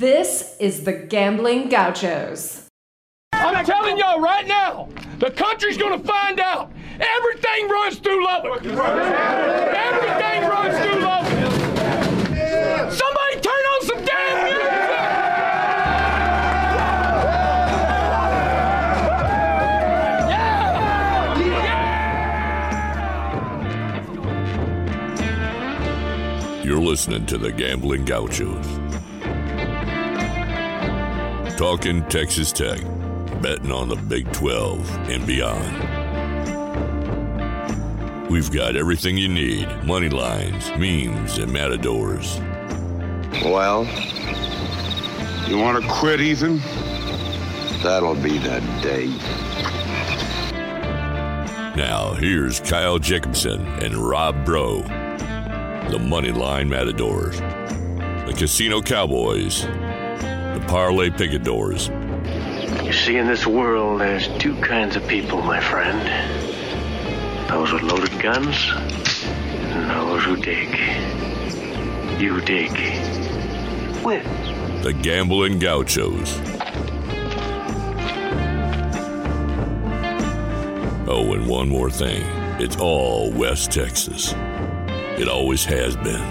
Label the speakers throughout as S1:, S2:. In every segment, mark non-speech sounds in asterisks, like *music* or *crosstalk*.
S1: This is the Gambling Gauchos.
S2: I'm telling y'all right now, the country's gonna find out. Everything runs through Lubbock. Everything runs through Lubbock. Somebody turn on some damn music.
S3: You're listening to the Gambling Gauchos. Talking Texas Tech, betting on the Big 12 and beyond. We've got everything you need money lines, memes, and matadors.
S4: Well,
S5: You want to quit, Ethan?
S4: that'll be the day.
S3: Now, here's Kyle Jacobson and Rob Bro, the Moneyline Matadors, the Casino Cowboys, the Parlay Picadors,
S6: You see, in this world, there's two kinds of people, my friend those with loaded guns, and those who dig. You dig. With.
S3: the Gambling Gauchos. Oh, and one more thing it's all West Texas. It always has been.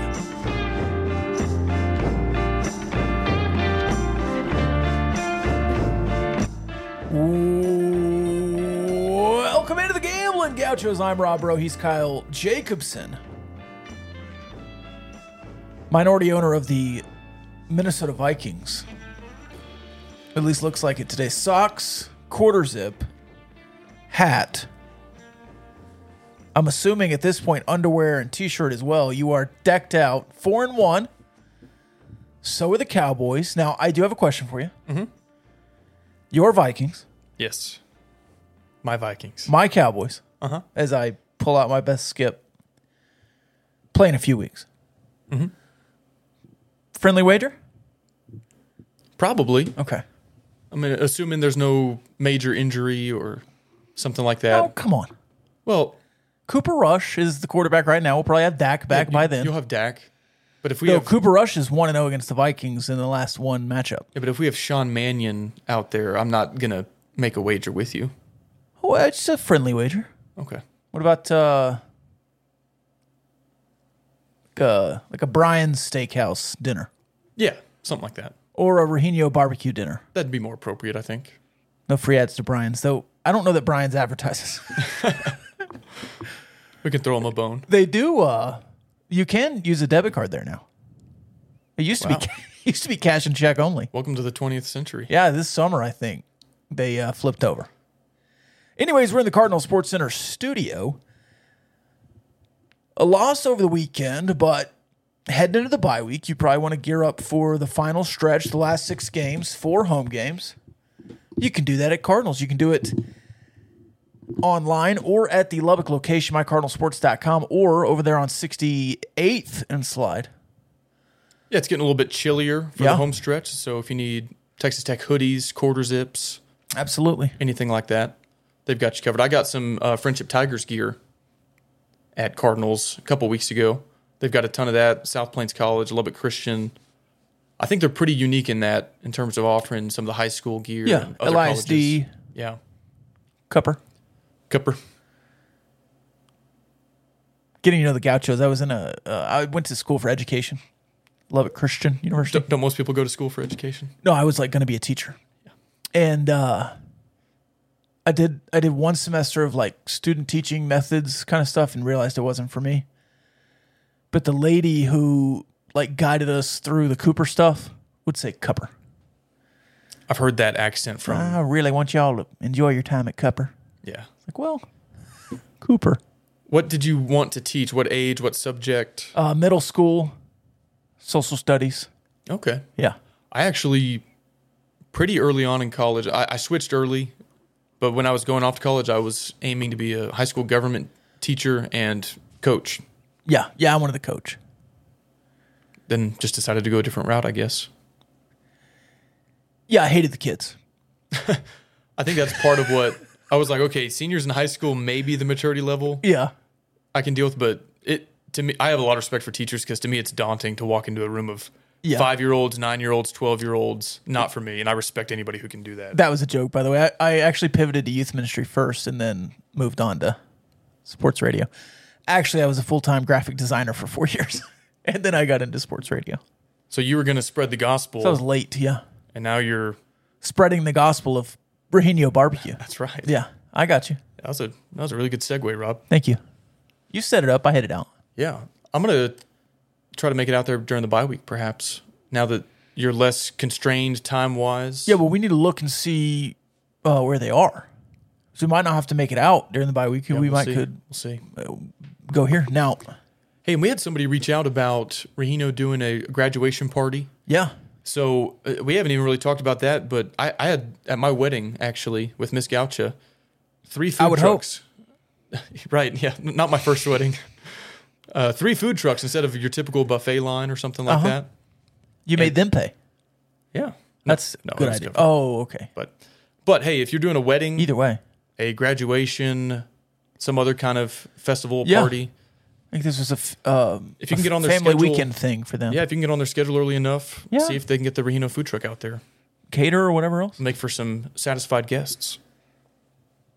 S7: Welcome into the Gambling Gauchos. I'm Rob Bro. He's Kyle Jacobson, minority owner of the Minnesota Vikings. At least looks like it today. Socks, quarter zip, hat. I'm assuming at this point underwear and t-shirt as well. You are decked out, four and one. So are the Cowboys. Now I do have a question for you. Mm-hmm. Your Vikings.
S8: Yes. My Vikings.
S7: my Cowboys
S8: Uh-huh.
S7: as I pull out my best skip. Play in a few weeks.
S8: Mm-hmm.
S7: Friendly wager?
S8: Probably.
S7: Okay.
S8: I mean, assuming there's no major injury or something like that.
S7: Oh, come on.
S8: Well,
S7: Cooper Rush is the quarterback right now. We'll probably have Dak back
S8: you-
S7: by then.
S8: you'll have Dak. But if we
S7: No,
S8: have
S7: Cooper Rush is 1 0 against the Vikings in the last one matchup.
S8: yeah, but if we have Sean Mannion out there, I'm not gonna make a wager with you.
S7: Oh, it's just a friendly wager.
S8: Okay.
S7: What about uh, like a, like a Brian's Steakhouse dinner
S8: Yeah, something like that.
S7: or a Rojinho barbecue dinner?
S8: That'd be more appropriate, I think.
S7: No free ads to Brian's, though. I don't know that Brian's advertises. *laughs*
S8: We can throw him a bone.
S7: They do. Uh, you can use a debit card there now. *laughs* It used to be used to be cash and check only.
S8: Welcome to the 20th century.
S7: Yeah, this summer I think they uh, flipped over. Anyways, we're in the Cardinal Sports Center studio. A loss over the weekend, but heading into the bye week, you probably want to gear up for the final stretch, the last six games, four home games. You can do that at Cardinals. You can do it online or at the Lubbock location, mycardinalsports.com, or over there on 68th and Slide.
S8: Yeah, it's getting a little bit chillier for
S7: Yeah.
S8: the home stretch. So if you need Texas Tech hoodies, quarter zips,
S7: Absolutely.
S8: anything like that, they've got you covered. I got some uh, Friendship Tigers gear at Cardinals a couple weeks ago. They've got a ton of that. South Plains College, Lubbock Christian. I think they're pretty unique in that in terms of offering some of the high school gear.
S7: Yeah,
S8: and other
S7: LISD.
S8: colleges. Yeah,
S7: Cupper.
S8: Cooper.
S7: Getting to know the Gauchos, I was in a, uh, I went to school for education, Lubbock Christian University.
S8: Don't, don't most people go to school for education?
S7: No, I was like going to be a teacher, and uh, I did I did one semester of like student teaching methods kind of stuff, and realized it wasn't for me. But the lady who like guided us through the Cooper stuff would say Cupper.
S8: I've heard that accent from.
S7: I really want y'all to enjoy your time at Cupper.
S8: yeah.
S7: Like, well, Cooper,
S8: What did you want to teach? What age? What subject?
S7: uh, middle school, social studies.
S8: Okay.
S7: Yeah,
S8: I actually, pretty early on in college, I, I switched early, but when I was going off to college, I was aiming to be a high school government teacher and coach.
S7: yeah, yeah. I wanted to coach.
S8: Then just decided to go a different route, I guess.
S7: Yeah, I hated the kids.
S8: I think that's part of what I was like. Okay, seniors in high school may be the maturity level
S7: Yeah,
S8: I can deal with, but it to me, I have a lot of respect for teachers because to me, it's daunting to walk into a room of
S7: Yeah.
S8: Five year olds, nine year olds, 12 year olds, not for me. And I respect anybody who can do that.
S7: That was a joke, by the way. I, I actually pivoted to youth ministry first and then moved on to sports radio. Actually, I was a full time graphic designer for four *laughs* years, and then I got into sports radio.
S8: So you were going to spread the gospel,
S7: So I was late, yeah.
S8: and now you're.
S7: Spreading the gospel of Brujinho barbecue.
S8: That's right.
S7: Yeah, I got you.
S8: That was a, that was a really good segue, Rob.
S7: Thank you. You set it up. I hit it out.
S8: Yeah. I'm going to try to make it out there during the bye week, perhaps, now that you're less constrained time wise.
S7: Yeah, but we need to look and see uh, where they are. So we might not have to make it out during the bye week. we might
S8: see.
S7: could
S8: We'll see.
S7: go here now.
S8: Hey, and we had somebody reach out about Rahino doing a graduation party.
S7: Yeah,
S8: So uh, we haven't even really talked about that, but I, I had at my wedding actually with Miss Gaucha three food
S7: I would hope.
S8: trucks. *laughs* right? Yeah, n- not my first wedding. *laughs* Uh, three food trucks instead of your typical buffet line or something like
S7: Uh-huh.
S8: that.
S7: you made them pay.
S8: Yeah, No-
S7: That's
S8: no,
S7: a good
S8: that's
S7: idea.
S8: different.
S7: Oh, okay.
S8: But but hey, if you're doing a wedding,
S7: Either way,
S8: a graduation, some other kind of festival
S7: Yeah.
S8: party,
S7: I think this was a f- um,
S8: If you
S7: a
S8: can get on their
S7: family
S8: schedule-
S7: weekend thing for them.
S8: yeah, if you can get on their schedule early enough,
S7: Yeah.
S8: see if they can get the Rahino food truck out there,
S7: cater or whatever else.
S8: make for some satisfied guests.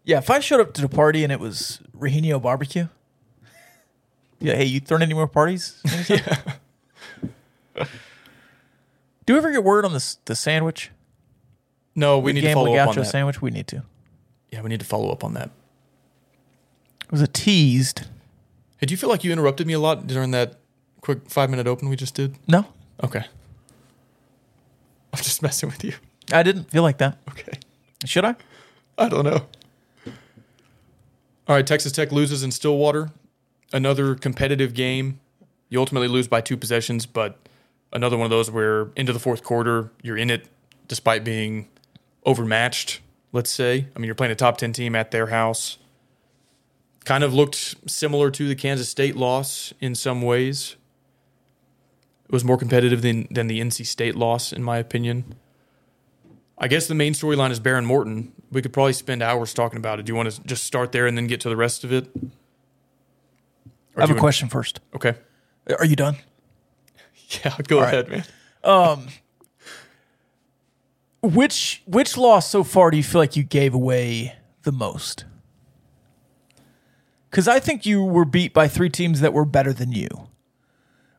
S7: Yeah, if I showed up to the party and it was Rojinho barbecue. *laughs* Yeah, hey, you throwing any more *laughs* parties? Do we ever get word on this the sandwich?
S8: No, we need to
S7: Gamble
S8: follow up on
S7: Gaucho
S8: that.
S7: sandwich. We need to.
S8: Yeah, we need to follow up on that.
S7: It was a teased.
S8: Hey, do you feel like you interrupted me a lot during that quick five minute open we just did?
S7: No,
S8: Okay. *laughs* I'm just messing with you.
S7: I didn't feel like that.
S8: Okay.
S7: Should I?
S8: I don't know. All right, Texas Tech loses in Stillwater. Another competitive game. You ultimately lose by two possessions, but another one of those where into the fourth quarter, you're in it despite being overmatched, let's say. I mean, you're playing a top 10 team at their house. Kind of looked similar to the Kansas State loss in some ways. It was more competitive than, than the NC State loss, in my opinion. I guess the main storyline is Baron Morton. We could probably spend hours talking about it. Do you want to just start there and then get to the rest of it?
S7: I
S8: Or do
S7: have
S8: you
S7: a
S8: want-
S7: question first.
S8: Okay. *laughs*
S7: Are you done?
S8: Yeah, go ahead, man.
S7: Which which loss so far do you feel like you gave away the most? Because I think you were beat by three teams that were better than you,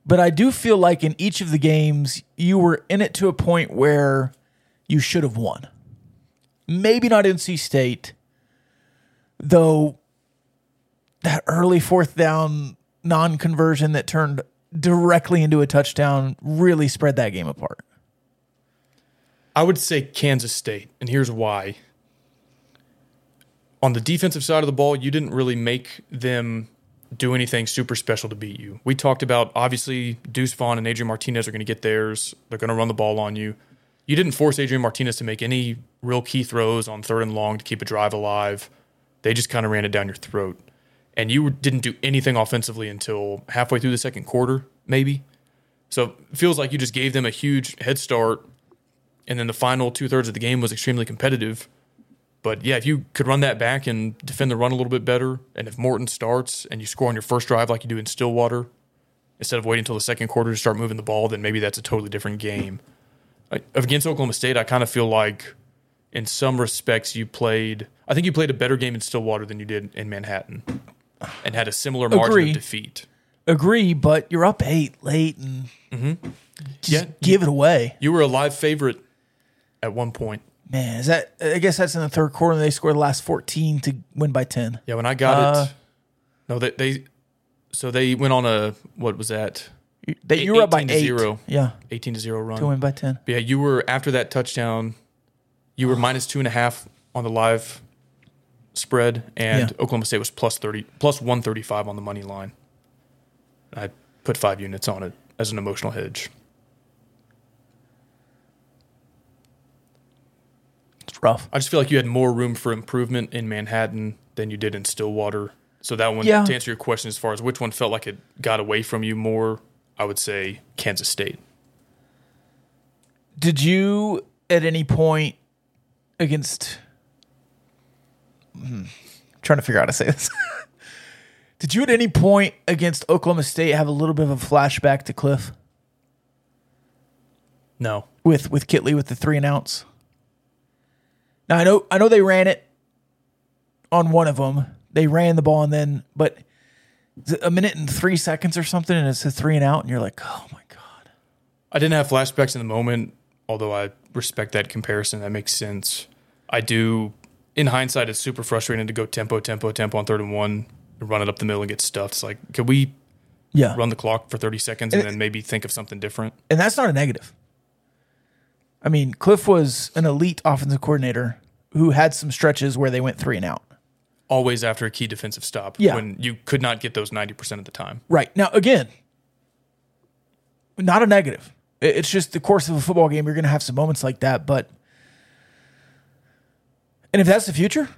S7: but I do feel like in each of the games you were in it to a point where you should have won. Maybe not NC State, though. That early fourth down non-conversion that turned directly into a touchdown really spread that game apart.
S8: I would say Kansas State, and here's why. On the defensive side of the ball, you didn't really make them do anything super special to beat you. We talked about obviously Deuce Vaughn and Adrian Martinez are going to get theirs. They're going to run the ball on you. You didn't force Adrian Martinez to make any real key throws on third and long to keep a drive alive. They just kind of ran it down your throat. And you didn't do anything offensively until halfway through the second quarter, maybe. So it feels like you just gave them a huge head start and then the final two thirds of the game was extremely competitive. But yeah, if you could run that back and defend the run a little bit better, and if Morton starts and you score on your first drive like you do in Stillwater, instead of waiting until the second quarter to start moving the ball, then maybe that's a totally different game. I, against Oklahoma State, I kind of feel like, in some respects, you played. I think you played a better game in Stillwater than you did in Manhattan, and had a similar margin
S7: Agree.
S8: of defeat.
S7: agree, but you're up eight late and Mm-hmm. just
S8: Yeah.
S7: give it away.
S8: You were a live favorite at one point.
S7: Man, is that? I guess that's in the third quarter. And they scored the last 14 to win by 10.
S8: Yeah, when I got
S7: Uh,
S8: it, no, they, they so they went on a what was that
S7: That you were up by
S8: 18 to
S7: eight.
S8: zero.
S7: Yeah,
S8: eighteen to zero
S7: to win
S8: run?
S7: by 10.
S8: But yeah, you were after that touchdown, you were minus two and a half on the live spread, and
S7: Yeah.
S8: Oklahoma State was plus thirty, plus one thirty five on the money line. I put five units on it as an emotional hedge.
S7: It's rough.
S8: I just feel like you had more room for improvement in Manhattan than you did in Stillwater. So that one,
S7: Yeah.
S8: to answer your question, as far as which one felt like it got away from you more, I would say Kansas State.
S7: Did you at any point against? Hmm, I'm trying to figure out how to say this. *laughs* Did you at any point against Oklahoma State have a little bit of a flashback to Cliff?
S8: No.
S7: with with Kitley with the three and outs. Now I know I know they ran it on one of them. They ran the ball and then, but is it a minute and three seconds or something, and it's a three and out, and you're like, oh my god,
S8: I didn't have flashbacks in the moment, although I respect that comparison. That makes sense. I do, in hindsight, it's super frustrating to go tempo, tempo, tempo on third and one, and run it up the middle and get stuffed. It's like, could we
S7: yeah.
S8: run the clock for 30 seconds and
S7: And-
S8: then maybe think of something different?
S7: and that's not a negative. I mean, Cliff was an elite offensive coordinator who had some stretches where they went three and out.
S8: Always after a key defensive stop
S7: Yeah.
S8: when you could not get those 90% of the time.
S7: Right. Now, again, not a negative. I- It's just the course of a football game. You're going to have some moments like that. But, and if that's the future,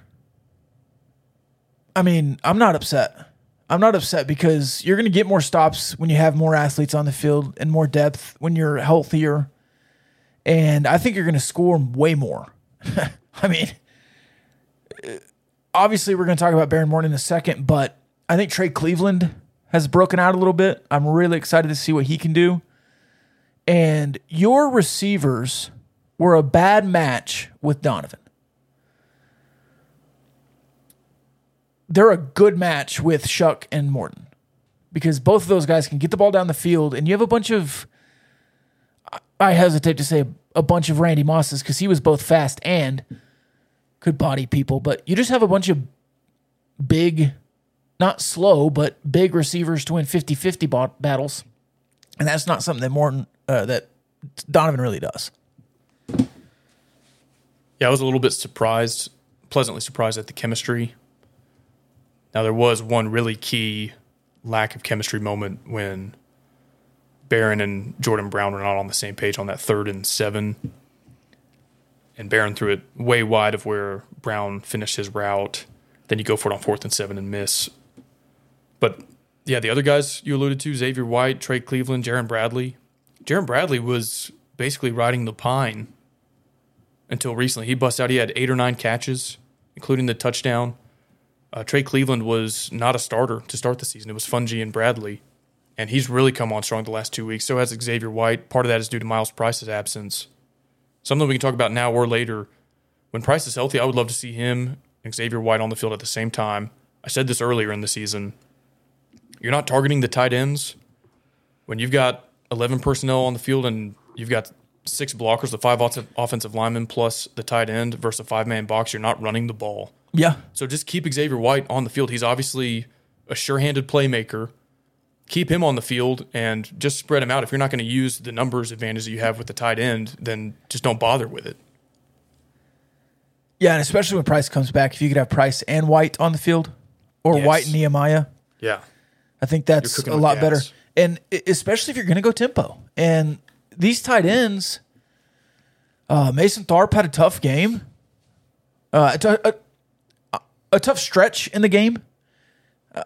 S7: I mean, I'm not upset. I'm not upset because you're going to get more stops when you have more athletes on the field and more depth when you're healthier. And I think you're going to score way more. *laughs* I mean, uh, obviously, we're going to talk about Baron Morton in a second, but I think Trey Cleveland has broken out a little bit. I'm really excited to see what he can do. And your receivers were a bad match with Donovan. They're a good match with Shuck and Morton because both of those guys can get the ball down the field, and you have a bunch of. I- I hesitate to say a bunch of Randy Mosses because he was both fast and could body people, but you just have a bunch of big not slow, but big receivers to win 50 50 battles. And that's not something that Morton, uh, that Donovan really does.
S8: Yeah, I was a little bit surprised, pleasantly surprised at the chemistry. Now there was one really key lack of chemistry moment when Barron and Jordan Brown were not on the same page on that third and seven. And Barron threw it way wide of where Brown finished his route. Then you go for it on fourth and seven and miss. But yeah, the other guys you alluded to, Xavier White, Trey Cleveland, Jaron Bradley. Jaron Bradley was basically riding the pine until recently. He bust out. He had eight or nine catches, including the touchdown. Uh, Trey Cleveland was not a starter to start the season. It was Fungi and Bradley, and he's really come on strong the last two weeks. So has Xavier White. Part of that is due to Miles Price's absence. Something we can talk about now or later. When Price is healthy, I would love to see him and Xavier White on the field at the same time. I said this earlier in the season. You're not targeting the tight ends when you've got 11 personnel on the field and you've got six blockers, the five offensive, offensive linemen plus the tight end versus a five man box, you're not running the ball.
S7: Yeah.
S8: So just keep Xavier White on the field. He's obviously a sure handed playmaker. Keep him on the field and just spread him out. If you're not going to use the numbers advantage that you have with the tight end, then just don't bother with it.
S7: Yeah. And especially when Price comes back, if you could have Price and White on the field or
S8: Yes.
S7: White and Nehemiah,
S8: Yeah.
S7: I think that's
S8: cooking
S7: a
S8: with
S7: lot
S8: gas.
S7: better. And e- especially if you're going to go tempo. And these tight ends, uh, Mason Tharp had a tough game, uh, a, tou- a- a tough stretch in the game.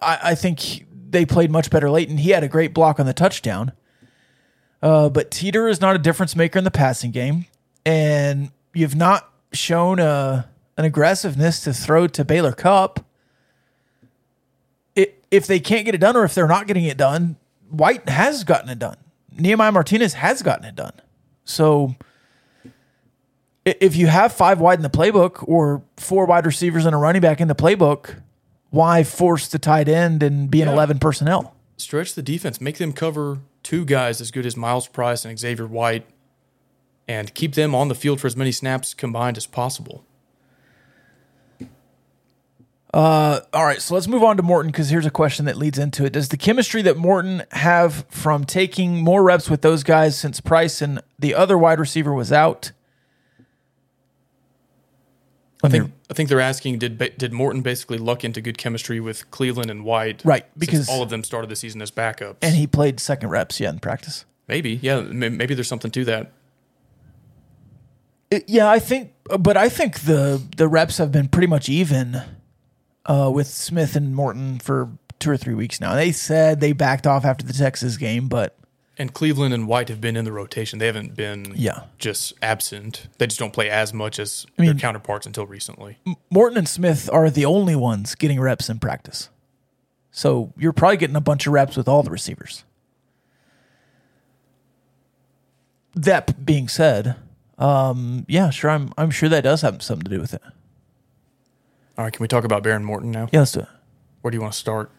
S7: I, I think he- they played much better late, and he had a great block on the touchdown. Uh, but Teeter is not a difference maker in the passing game, and you've not shown uh an aggressiveness to throw to Baylor Cup it, if they can't get it done or if they're not getting it done, White has gotten it done. Nehemiah Martinez has gotten it done. So i- if you have five wide in the playbook or four wide receivers and a running back in the playbook, why force the tight end and be an 11 personnel?
S8: stretch the defense, make them cover two guys as good as Miles Price and Xavier White, and keep them on the field for as many snaps combined as possible.
S7: All right, so let's move on to Morton because here's a question that leads into it. Does the chemistry that Morton have from taking more reps with those guys since Price and the other wide receiver was out?
S8: I think I think they're asking did ba- did Morton basically luck into good chemistry with Cleveland and White,
S7: Right,
S8: since
S7: because-
S8: all of them started the season as backups.
S7: and he played second reps, yeah, in practice.
S8: maybe, yeah, may- maybe there's something to that.
S7: It- Uh, yeah, I think, but I think the the reps have been pretty much even uh, with Smith and Morton for two or three weeks now. They said they backed off after the Texas game, but
S8: And Cleveland and White have been in the rotation. They haven't been
S7: Yeah.
S8: just absent. They just don't play as much as their counterparts until recently.
S7: Morton and Smith are the only ones getting reps in practice. So you're probably getting a bunch of reps with all the receivers. that p- being said, um, yeah, sure, I'm I'm sure that does have something to do with it.
S8: All right, can we talk about Baron Morton now?
S7: Yeah, let's do it.
S8: Where do you want to start?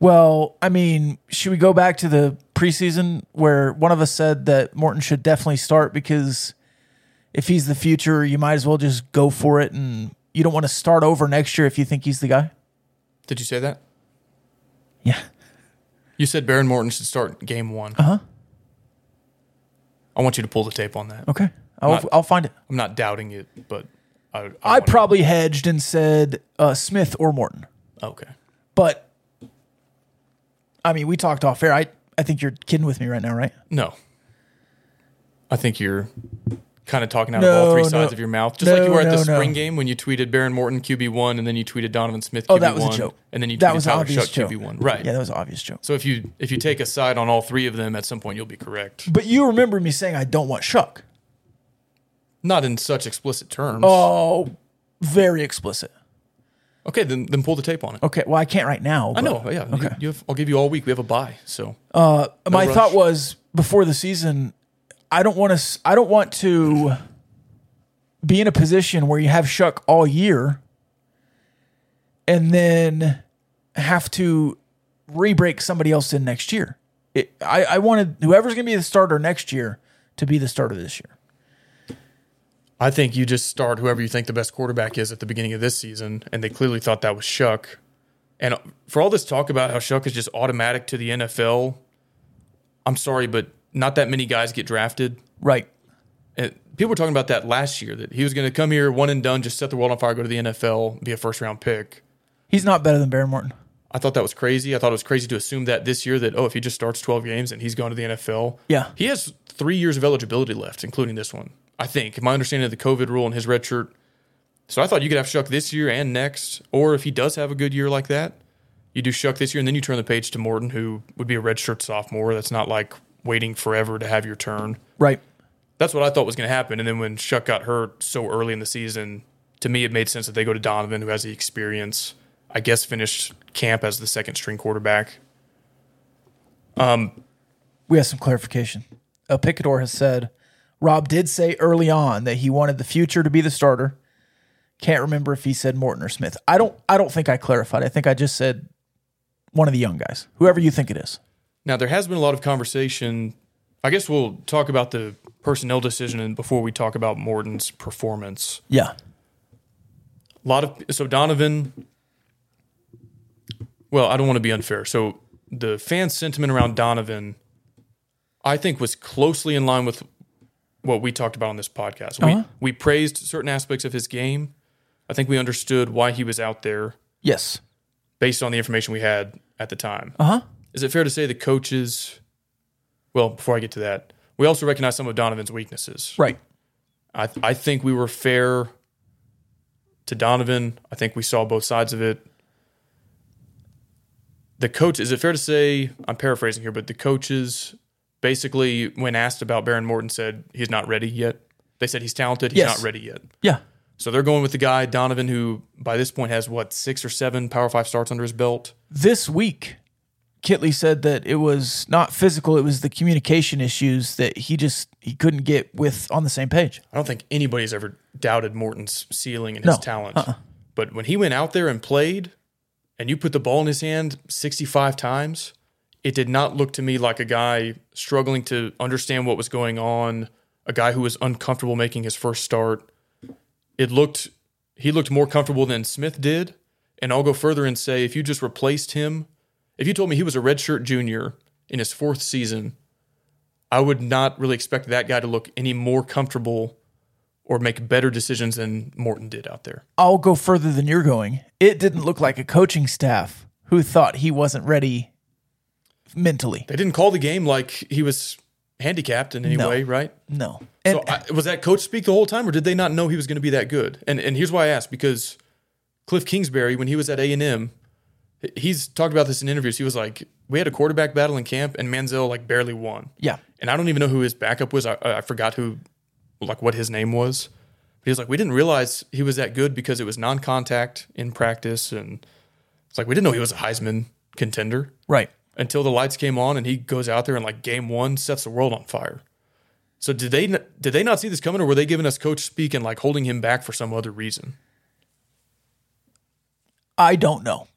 S7: Well, I mean, should we go back to the preseason where one of us said that Morton should definitely start because if he's the future, you might as well just go for it and you don't want to start over next year if you think he's the guy?
S8: Did you say that?
S7: Yeah.
S8: You said Baron Morton should start game one.
S7: Uh-huh.
S8: Uh huh. I want you to pull the tape on that.
S7: Okay. I'll,
S8: Not-
S7: I'll find it.
S8: I'm not doubting it, but I, I,
S7: I
S8: wanna-
S7: probably hedged and said uh, Smith or Morton.
S8: okay.
S7: But I mean, we talked off air. I, I think you're kidding with me right now, right?
S8: No, I think you're kind of talking out
S7: No,
S8: of all three
S7: no.
S8: sides of your mouth, just like
S7: No,
S8: you were at
S7: no,
S8: the spring
S7: no.
S8: game when you tweeted Baron Morton QB one, and then you tweeted Donovan Smith. QB
S7: Oh, that was a
S8: one,
S7: joke.
S8: And then you tweeted
S7: That was an
S8: Tyler
S7: obvious
S8: Shuck
S7: joke.
S8: QB one, right?
S7: Yeah, that was an obvious joke.
S8: so if you if you take a side on all three of them, at some point you'll be correct.
S7: But you remember me saying I don't want Shuck.
S8: Not in such explicit terms.
S7: Oh, very explicit.
S8: okay, then then pull the tape on it.
S7: Okay, well, I can't right now.
S8: I
S7: but-
S8: know. Yeah. You, you have, I'll give you all week. We have a bye, so
S7: My
S8: rush.
S7: thought was before the season, I don't want to. I don't want to be in a position where you have Shuck all year, and then have to re-break somebody else in next year. It, I, I wanted whoever's going to be the starter next year to be the starter this year.
S8: I think you just start whoever you think the best quarterback is at the beginning of this season, and they clearly thought that was Shuck. And for all this talk about how Shuck is just automatic to the NFL, I'm sorry, but not that many guys get drafted.
S7: Right.
S8: And people were talking about that last year that he was going to come here one and done, just set the world on fire, go to the NFL, be a first round pick.
S7: He's not better than Baron Morton.
S8: I thought that was crazy. I thought it was crazy to assume that this year that oh, if he just starts 12 games and he's gone to the NFL,
S7: Yeah.
S8: he has three years of eligibility left, including this one. I think my understanding of the COVID rule and his red shirt. So I thought you could have Shuck this year and next, or if he does have a good year like that, you do Shuck this year and then you turn the page to Morton, who would be a red shirt sophomore. That's not like waiting forever to have your turn.
S7: Right.
S8: That's what I thought was going to happen. And then when Shuck got hurt so early in the season, to me, it made sense that they go to Donovan, who has the experience. I guess finished camp as the second string quarterback.
S7: We have some clarification. Uh, Picador has said Rob did say early on that he wanted the future to be the starter. Can't remember if he said Morton or Smith. I don't. I don't think I clarified. I think I just said one of the young guys, whoever you think it is.
S8: Now there has been a lot of conversation. I guess we'll talk about the personnel decision and before we talk about Morton's performance.
S7: Yeah.
S8: A lot of so Donovan. Well, I don't want to be unfair. So the fan sentiment around Donovan, I think, was closely in line with what we talked about on this podcast. We we praised certain aspects of his game. I think we understood why he was out there
S7: Yes.
S8: based on the information we had at the time.
S7: Uh-huh.
S8: Uh huh. Is it fair to say the coaches? Well, before I get to that, we also recognize some of Donovan's weaknesses.
S7: Right.
S8: I, I think we were fair to Donovan. I think we saw both sides of it. The coach, is it fair to say, I'm paraphrasing here, but the coaches basically, when asked about Baron Morton, said he's not ready yet. They said he's talented, he's
S7: Yes.
S8: not ready yet.
S7: Yeah.
S8: So they're going with the guy, Donovan, who by this point has what, six or seven Power Five starts under his belt?
S7: This week, Kitley said that it was not physical; it was the communication issues that he just he couldn't get with on the same page.
S8: I don't think anybody's ever doubted Morton's ceiling and
S7: No.
S8: his talent. But when he went out there and played, and you put the ball in his hand 65 times, it did not look to me like a guy struggling to understand what was going on, a guy who was uncomfortable making his first start. It looked he looked more comfortable than Smith did, and I'll go further and say if you just replaced him, if you told me he was a redshirt junior in his fourth season, I would not really expect that guy to look any more comfortable or make better decisions than Morton did out there.
S7: I'll go further than you're going. It didn't look like a coaching staff who thought he wasn't ready mentally.
S8: They didn't call the game like he was handicapped in any
S7: No.
S8: way, right?
S7: No. And
S8: so I, was that coach speak the whole time, or did they not know he was going to be that good? And and here's why I ask because Cliff Kingsbury, when he was at A and M, he's talked about this in interviews. He was like, "We had a quarterback battle in camp, and Manziel like barely won."
S7: yeah.
S8: and I don't even know who his backup was. I, I forgot who, like, what his name was. But he was like, we didn't realize he was that good because it was non-contact in practice, and it's like we didn't know he was a Heisman contender
S7: Right.
S8: until the lights came on and he goes out there and like game one sets the world on fire. So did they n- did they not see this coming, or were they giving us coach speak and like holding him back for some other reason?
S7: I don't know.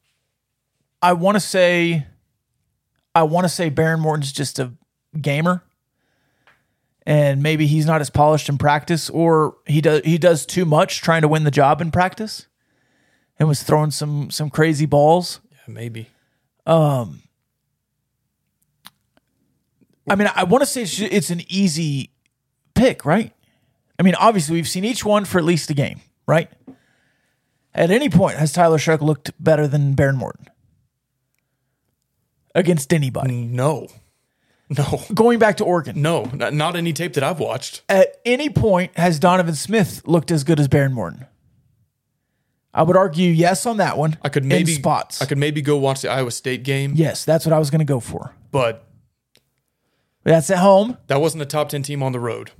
S7: I want to say, I want to say Baron Morton's just a gamer, and maybe he's not as polished in practice, or he does he does too much trying to win the job in practice, and was throwing some some crazy balls.
S8: Yeah, maybe.
S7: I mean, I want to say it's, it's an easy pick, right? I mean, obviously we've seen each one for at least a game, right? At any point has Tyler Shuck looked better than Baron Morton against anybody?
S8: No, *laughs* no,
S7: Going back to Oregon,
S8: no, not, not any tape that I've watched.
S7: at any point has Donovan Smith looked as good as Baron Morton? I would argue yes on that one.
S8: I could maybe
S7: in spots.
S8: I could maybe go watch the Iowa State game,
S7: yes, that's what I was going to go for.
S8: but
S7: That's at home.
S8: that wasn't a top ten team on the road,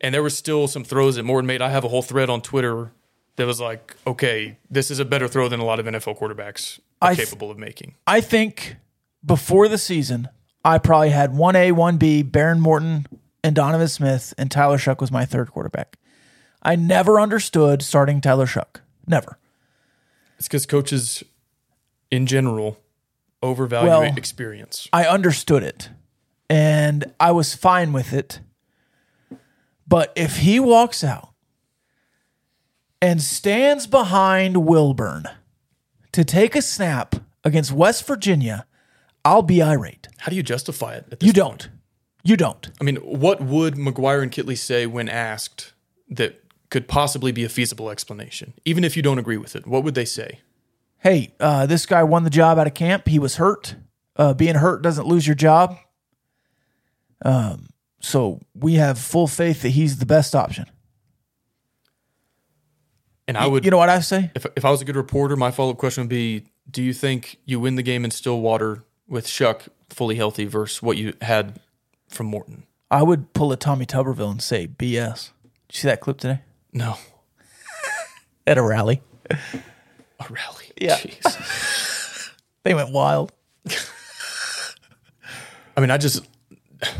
S8: and there were still some throws that Morton made. I have a whole thread on Twitter that was like, okay, this is a better throw than a lot of NFL quarterbacks are
S7: I th-
S8: capable of making.
S7: I think before the season, I probably had one A, one B, Baron Morton and Donovan Smith, and Tyler Shuck was my third quarterback. I never understood starting Tyler Shuck. Never.
S8: It's because coaches, in general, overvalue
S7: Well-
S8: experience.
S7: I understood it and I was fine with it. But if he walks out and stands behind Wilburn to take a snap against West Virginia, I'll be irate.
S8: How do you justify it? At this
S7: You
S8: point?
S7: don't. You don't.
S8: I mean, what would McGuire and Kitley say when asked that could possibly be a feasible explanation, even if you don't agree with it? What would they say?
S7: Hey, uh, this guy won the job out of camp. He was hurt. Uh, being hurt doesn't lose your job. Um, so we have full faith that he's the best option.
S8: And I would,
S7: You know what I say?
S8: if, if I was a good reporter, my follow up question would be Do you think you win the game in Stillwater with Shuck fully healthy versus what you had from Morton?
S7: I would pull a Tommy Tuberville and say BS. Did you see that clip today?
S8: No. *laughs*
S7: At a rally.
S8: A rally.
S7: Yeah.
S8: Jeez.
S7: They went wild.
S8: I mean, I just *sighs*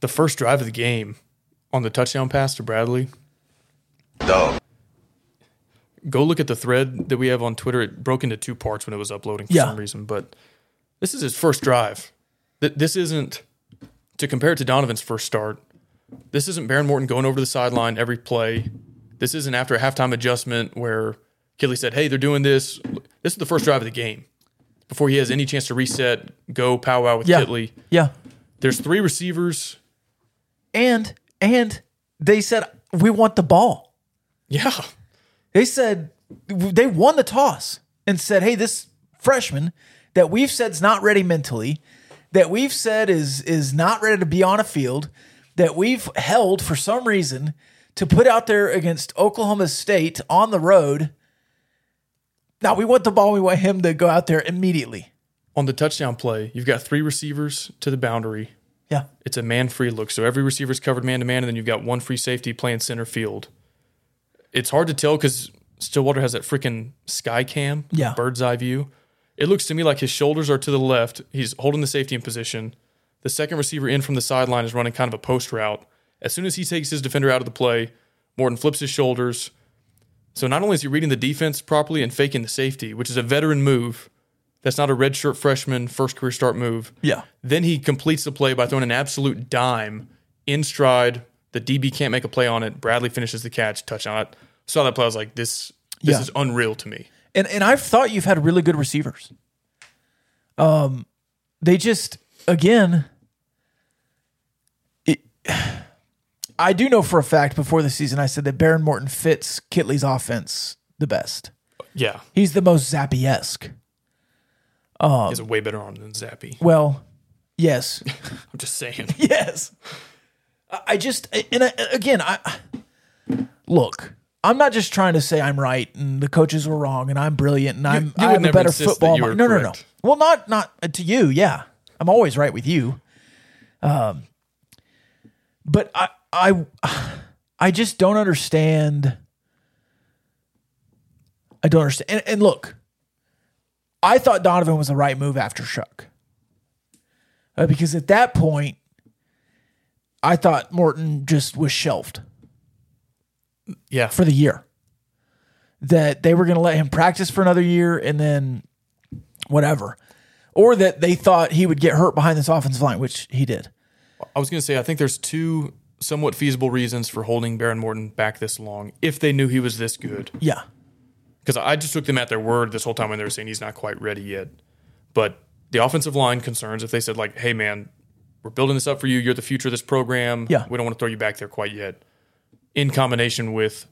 S8: the first drive of the game on the touchdown pass to Bradley.
S4: Dog.
S8: Go look at the thread that we have on Twitter. It broke into two parts when it was uploading for
S7: Yeah.
S8: some reason, but this is his first drive. Th- This isn't to compare it to Donovan's first start. This isn't Baron Morton going over to the sideline every play. This isn't after a halftime adjustment where Kidley said, "Hey, they're doing this." This is the first drive of the game before he has any chance to reset, go powwow with
S7: Yeah.
S8: Kitley.
S7: Yeah.
S8: There's three receivers.
S7: And and they said we want the ball.
S8: Yeah.
S7: They said they won the toss and said, "Hey, this freshman that we've said's not ready mentally, that we've said is is not ready to be on a field, that we've held for some reason to put out there against Oklahoma State on the road. Now we want the ball. We want him to go out there immediately."
S8: on the touchdown play, you've got three receivers to the boundary.
S7: Yeah.
S8: It's a man free look. So every receiver's covered man to man, and then you've got one free safety playing center field. It's hard to tell because Stillwater has that freaking sky cam,
S7: Yeah.
S8: bird's eye view. It looks to me like his shoulders are to the left. He's holding the safety in position. The second receiver in from the sideline is running kind of a post route. As soon as he takes his defender out of the play, Morton flips his shoulders. So not only is he reading the defense properly and faking the safety, which is a veteran move, that's not a redshirt freshman first career start move.
S7: Yeah.
S8: Then he completes the play by throwing an absolute dime in stride. The DB can't make a play on it. Bradley finishes the catch, touchdown. I saw that play. I was like, this this
S7: Yeah.
S8: is unreal to me.
S7: And and I've thought you've had really good receivers. Um they just again it, *sighs* I do know for a fact before the season I said that Baron Morton fits Kitley's offense the best.
S8: Yeah.
S7: He's the most Zappy-esque.
S8: He has a way better arm than Zappy.
S7: Well, yes.
S8: I'm just saying.
S7: *laughs* yes. I- I just and I, again I look. I'm not just trying to say I'm right and the coaches were wrong and I'm brilliant and I'm I
S8: would
S7: have a
S8: never
S7: better
S8: insist that
S7: football.
S8: you
S7: mind. No,
S8: were
S7: no, no.
S8: correct.
S7: Well, not not uh, to you. Yeah, I'm always right with you. Um, but I I I just don't understand. I don't understand. And, and look, I thought Donovan was the right move after Shuck. Uh, because at that point, I thought Morton just was shelved
S8: *laughs* Yeah.
S7: for the year. That they were going to let him practice for another year and then whatever. Or that they thought he would get hurt behind this offensive line, which he did.
S8: I was going to say, I think there's two somewhat feasible reasons for holding Baron Morton back this long if they knew he was this good.
S7: Yeah.
S8: Because I just took them at their word this whole time when they were saying he's not quite ready yet. But the offensive line concerns if they said, like, hey, man, we're building this up for you. You're the future of this program.
S7: Yeah.
S8: We don't want to throw you back there quite yet. In combination with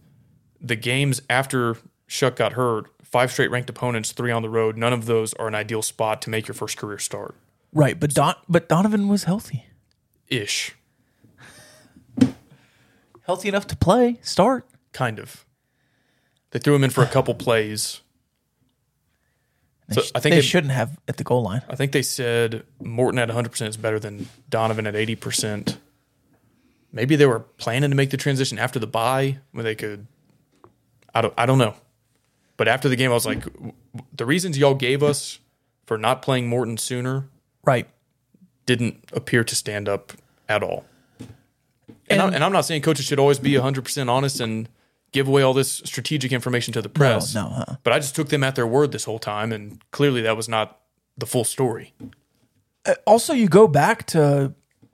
S8: the games after Shuck got hurt, five straight ranked opponents, three on the road, none of those are an ideal spot to make your first career start
S7: Right. But Don but Donovan was healthy.
S8: ish,
S7: Healthy enough to play, start.
S8: kind of. They threw him in for a couple plays.
S7: They
S8: So
S7: sh-
S8: I think
S7: they
S8: they-
S7: shouldn't have at the goal line.
S8: I think they said Morton at 100% is better than Donovan at 80%. Maybe they were planning to make the transition after the bye when they could. I don't, I don't know. But after the game, I was like, w- w- the reasons y'all gave us for not playing Morton sooner
S7: Right.
S8: didn't appear to stand up at all. And,
S7: And-
S8: I'm, and I'm not saying coaches should always be 100% honest and give away all this strategic information to the press.
S7: no, uh-uh.
S8: But I just took them at their word this whole time, and clearly that was not the full story.
S7: also you go back to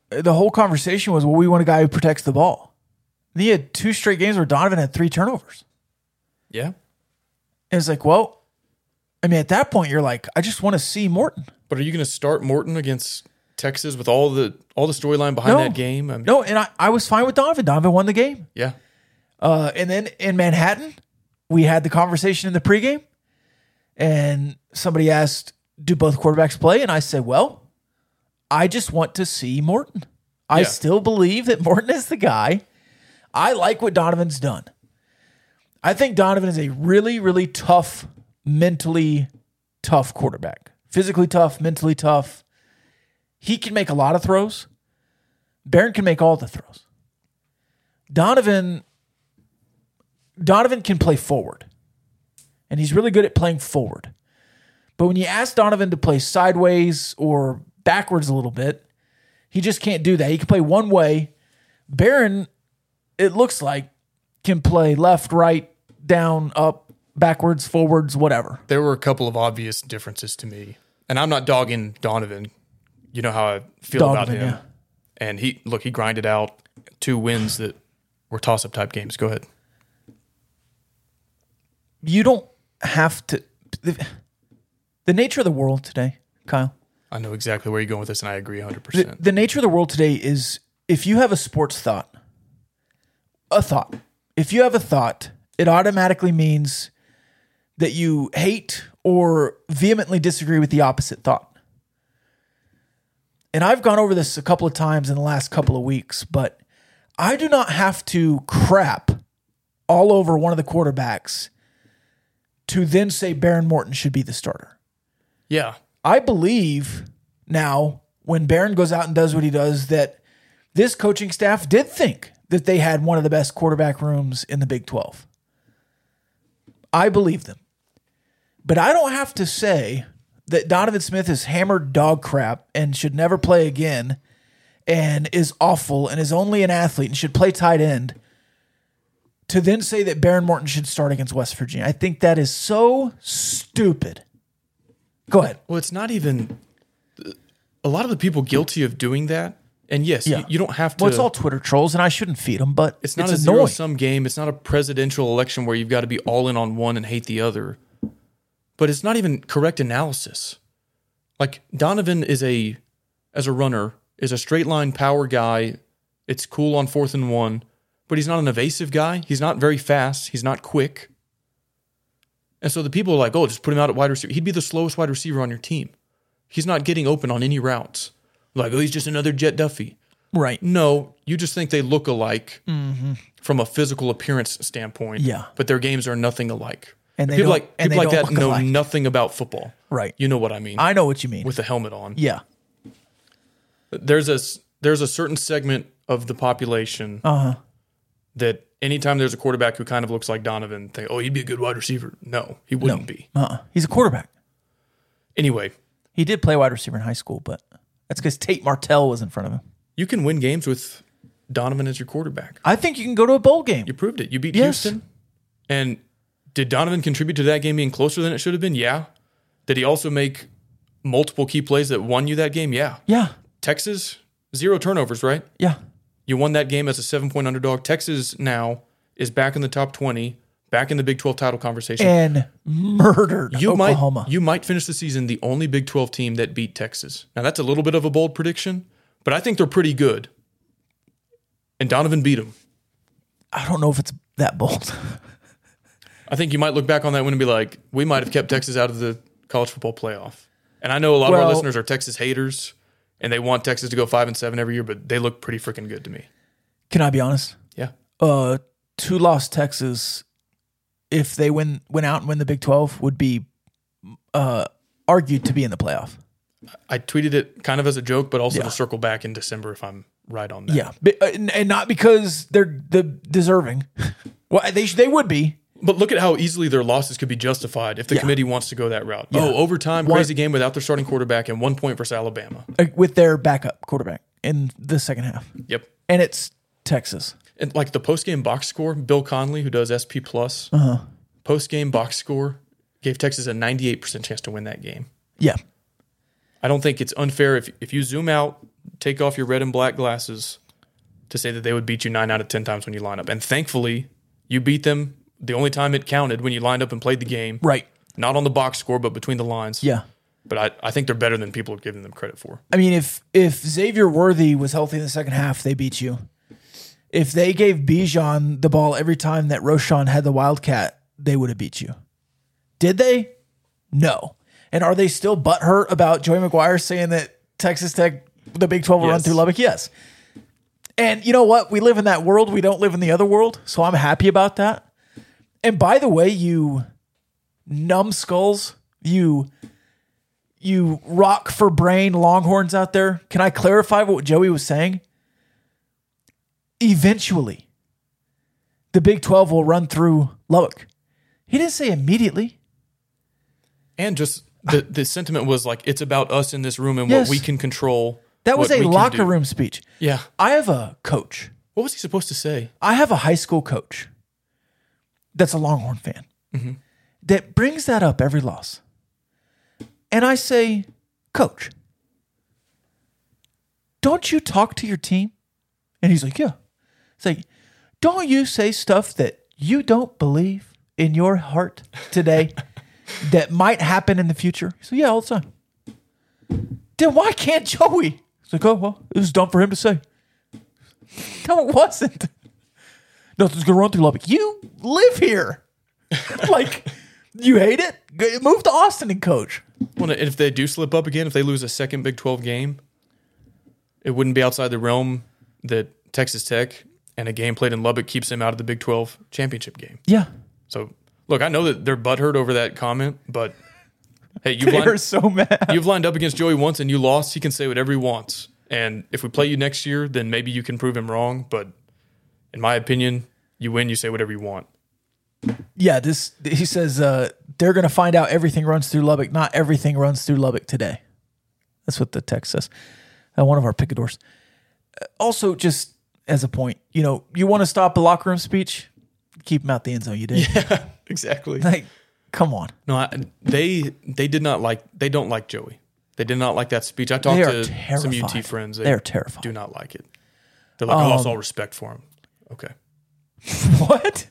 S7: the whole conversation was well we want a guy who protects the ball and he had two straight games where donovan had three turnovers
S8: Yeah.
S7: and it's like well i mean at that point you're like i just want to see morton
S8: But are you going to start Morton against Texas with all the all the storyline behind that game? I mean,
S7: no and I, I was fine with donovan donovan won the game
S8: Yeah,
S7: uh, and then in manhattan we had the conversation in the pregame and somebody asked do both quarterbacks play and i said well I just want to see Morton. I
S8: Yeah.
S7: still believe that Morton is the guy. I like what Donovan's done. I think Donovan is a really, really tough, mentally tough quarterback. Physically tough, mentally tough. He can make a lot of throws. Barron can make all the throws. Donovan Donovan can play forward. And he's really good at playing forward. But when you ask Donovan to play sideways or backwards a little bit, he just can't do that. He can play one way. Barron, it looks like, can play left, right, down, up, backwards, forwards, whatever.
S8: there were a couple of obvious differences to me, and I'm not dogging Donovan. You know how I feel about
S7: Donovan,
S8: him.
S7: yeah.
S8: And he look, he grinded out two wins that were toss up type games. Go ahead.
S7: You don't have to. The, the nature of the world today, Kyle,
S8: I know exactly where you're going with this, and I agree 100.
S7: the,
S8: percent
S7: the nature of the world today is if you have a sports thought, a thought, if you have a thought, it automatically means that you hate or vehemently disagree with the opposite thought. And I've gone over this a couple of times in the last couple of weeks, but I do not have to crap all over one of the quarterbacks to then say Baron Morton should be the starter.
S8: Yeah,
S7: I believe now when Barron goes out and does what he does that this coaching staff did think that they had one of the best quarterback rooms in the Big 12. I believe them. But I don't have to say that Donovan Smith is hammered dog crap and should never play again and is awful and is only an athlete and should play tight end to then say that Baron Morton should start against West Virginia. I think that is so stupid. Go ahead.
S8: Well, it's not even a lot of the people guilty of doing that. And yes,
S7: Yeah.
S8: you, you don't have to.
S7: Well, it's all Twitter trolls, and I shouldn't feed them, but
S8: It's not a
S7: annoying.
S8: zero sum game. It's not a presidential election where you've got to be all in on one and hate the other. But it's not even correct analysis. Like Donovan is a as a runner is a straight line power guy. It's cool on fourth and one, but he's not an evasive guy. He's not very fast. He's not quick. And so the people are like, "Oh, just put him out at wide receiver. He'd be the slowest wide receiver on your team. He's not getting open on any routes." Like, "Oh, he's just another Jet Duffy."
S7: right?
S8: No, you just think they look alike from a physical appearance standpoint.
S7: Mm-hmm. Yeah.
S8: but their games are nothing alike.
S7: And they
S8: people
S7: don't-
S8: like
S7: and
S8: people
S7: they
S8: like
S7: don't
S8: that
S7: look
S8: know
S7: alike.
S8: nothing about football.
S7: Right.
S8: You know what I mean?
S7: I know what you mean.
S8: With a helmet on.
S7: yeah,
S8: There's a s- there's a certain segment of the population
S7: Uh-huh.
S8: that anytime there's a quarterback who kind of looks like Donovan, they oh he'd be a good wide receiver. No, he wouldn't be.
S7: uh-uh. he's a quarterback.
S8: Anyway,
S7: He did play wide receiver in high school, but that's because Tate Martell was in front of him.
S8: you can win games with Donovan as your quarterback.
S7: I think you can go to a bowl game.
S8: You proved it. You beat
S7: Yes.
S8: Houston. And did Donovan contribute to that game being closer than it should have been? Yeah. Did he also make multiple key plays that won you that game? Yeah.
S7: Yeah,
S8: Texas, zero turnovers, right?
S7: yeah.
S8: You won that game as a seven point underdog. Texas now is back in the top 20, back in the Big 12 title conversation.
S7: And murdered
S8: you
S7: Oklahoma.
S8: might you might finish the season the only Big 12 team that beat Texas. Now that's a little bit of a bold prediction, but I think they're pretty good. And Donovan beat them.
S7: I don't know if it's that bold. *laughs*
S8: I think you might look back on that win and be like, we might have kept Texas out of the college football playoff. And I know a lot of our
S7: Well-
S8: listeners are Texas haters and they want Texas to go 5 and 7 every year, but they look pretty freaking good to me.
S7: Can I be honest?
S8: Yeah.
S7: Uh, two lost Texas, if they win went out and win the Big Twelve, would be uh argued to be in the playoff.
S8: I tweeted it kind of as a joke, but also to circle back in December if I'm right on that.
S7: Yeah, Be- uh, and and not because they're the deserving. *laughs* well, they sh- they would be.
S8: But look at how easily their losses could be justified if the committee wants to go that route. Oh, overtime, crazy game without their starting quarterback, and one point versus Alabama.
S7: uh, with their backup quarterback in the second half.
S8: Yep.
S7: And it's Texas.
S8: And like the post game box score, Bill Conley, who does SP Plus,
S7: Uh-huh.
S8: post game box score gave Texas a 98% chance to win that game.
S7: Yeah.
S8: I don't think it's unfair if, if you zoom out, take off your red and black glasses to say that they would beat you nine out of 10 times when you line up. And thankfully, you beat them the only time it counted when you lined up and played the game.
S7: Right.
S8: Not on the box score, but between the lines.
S7: Yeah.
S8: But I, I think they're better than people are giving them credit for.
S7: I mean, if if Xavier Worthy was healthy in the second half, they beat you. If they gave Bijan the ball every time that Roshan had the Wildcat, they would have beat you. Did they? No. And are they still butthurt about Joey McGuire saying that Texas Tech, the Big 12 will run
S8: Yes.
S7: through Lubbock? Yes. And you know what? We live in that world. We don't live in the other world. So I'm happy about that. And by the way, you numbskulls, you you rock for brain longhorns out there, can I clarify what Joey was saying? Eventually, the Big 12 will run through Lubbock. He didn't say immediately.
S8: And just
S7: *sighs*
S8: the, the sentiment was like, it's about us in this room and
S7: Yes.
S8: what we can control.
S7: That was
S8: what
S7: a
S8: we can
S7: locker
S8: do.
S7: room speech.
S8: Yeah.
S7: I have a coach.
S8: What was he supposed to say?
S7: I have a high school coach that's a Longhorn fan that brings that up every loss. And I say, Coach, don't you talk to your team? And he's like, Yeah. It's like, don't you say stuff that you don't believe in your heart today that might happen in the future? So yeah, all the time. Then why can't Joey? It's like, oh well, it was dumb for him to say. *laughs* No, it wasn't. Nothing's gonna run through Lubbock. You live here. *laughs* like, you hate it? G- Move to Austin and coach.
S8: Well, and if they do slip up again, if they lose a second Big 12 game, it wouldn't be outside the realm that Texas Tech and a game played in Lubbock keeps them out of the Big 12 championship game.
S7: Yeah.
S8: So, look, I know that they're butthurt over that comment, but hey, you've,
S7: They are
S8: lined,
S7: so mad.
S8: you've lined up against Joey once and you lost. He can say whatever he wants. And if we play you next year, then maybe you can prove him wrong. But in my opinion, you win, you say whatever you want.
S7: Yeah, this he says uh, they're gonna find out everything runs through Lubbock. Not everything runs through Lubbock today. That's what the text says. Uh, one of our picadors. Uh, also, just as a point, you know, you want to stop a locker room speech, keep him out the end zone. You did. *laughs*
S8: Exactly.
S7: Like, come on. *laughs*
S8: No, I, they they did not like they don't like Joey. They did not like that speech. I talked
S7: They are
S8: to some UT
S7: terrified.
S8: friends.
S7: They are terrified. Um,
S8: Do not like it. They're like, I lost all respect for him. Okay.
S7: What?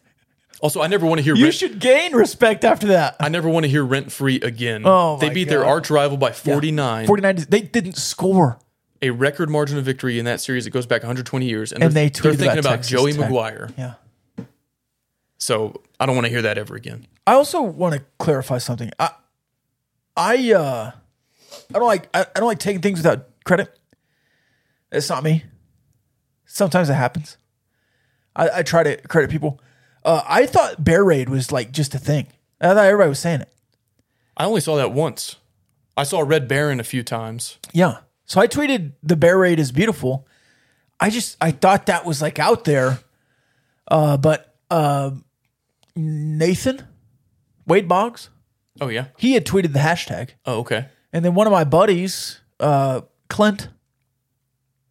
S8: Also, I never want to hear
S7: You
S8: rent,
S7: should gain respect after that.
S8: I never want to hear rent free again.
S7: Oh,
S8: they
S7: my
S8: beat their
S7: God.
S8: arch rival by 49,
S7: 49 is- they didn't score
S8: a record margin of victory in that series that goes back 120 years. And,
S7: and
S8: they're,
S7: they
S8: they're
S7: tweeted
S8: thinking about,
S7: Texas
S8: Joey
S7: Tech.
S8: McGuire.
S7: yeah
S8: So I don't want to hear that ever again.
S7: i also want to clarify something i i uh i don't like I, I don't like taking things without credit it's not me sometimes it happens i, I try to credit people uh, i thought bear raid was like just a thing i thought everybody was saying it
S8: I only saw that once. I saw Red Baron a few times.
S7: Yeah. So I tweeted the bear raid is beautiful. I just I thought that was like out there, uh, but uh, Nathan Wade Boggs
S8: Oh, yeah.
S7: he had tweeted the hashtag,
S8: Oh, okay.
S7: and then one of my buddies, uh, Clint.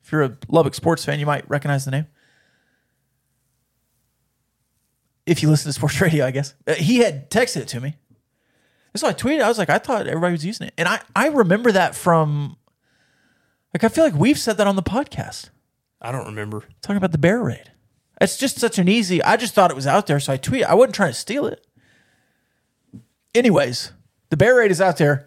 S7: If you're a Lubbock sports fan, you might recognize the name. if you listen to sports *laughs* radio, I guess. Uh, he had texted it to me. And So I tweeted, I was like, I thought everybody was using it. And I, I remember that from, like, I feel like we've said that on the podcast,
S8: I don't remember.
S7: talking about the bear raid. It's just such an easy, I just thought it was out there. So I tweeted, I wasn't trying to steal it. Anyways, the bear raid is out there.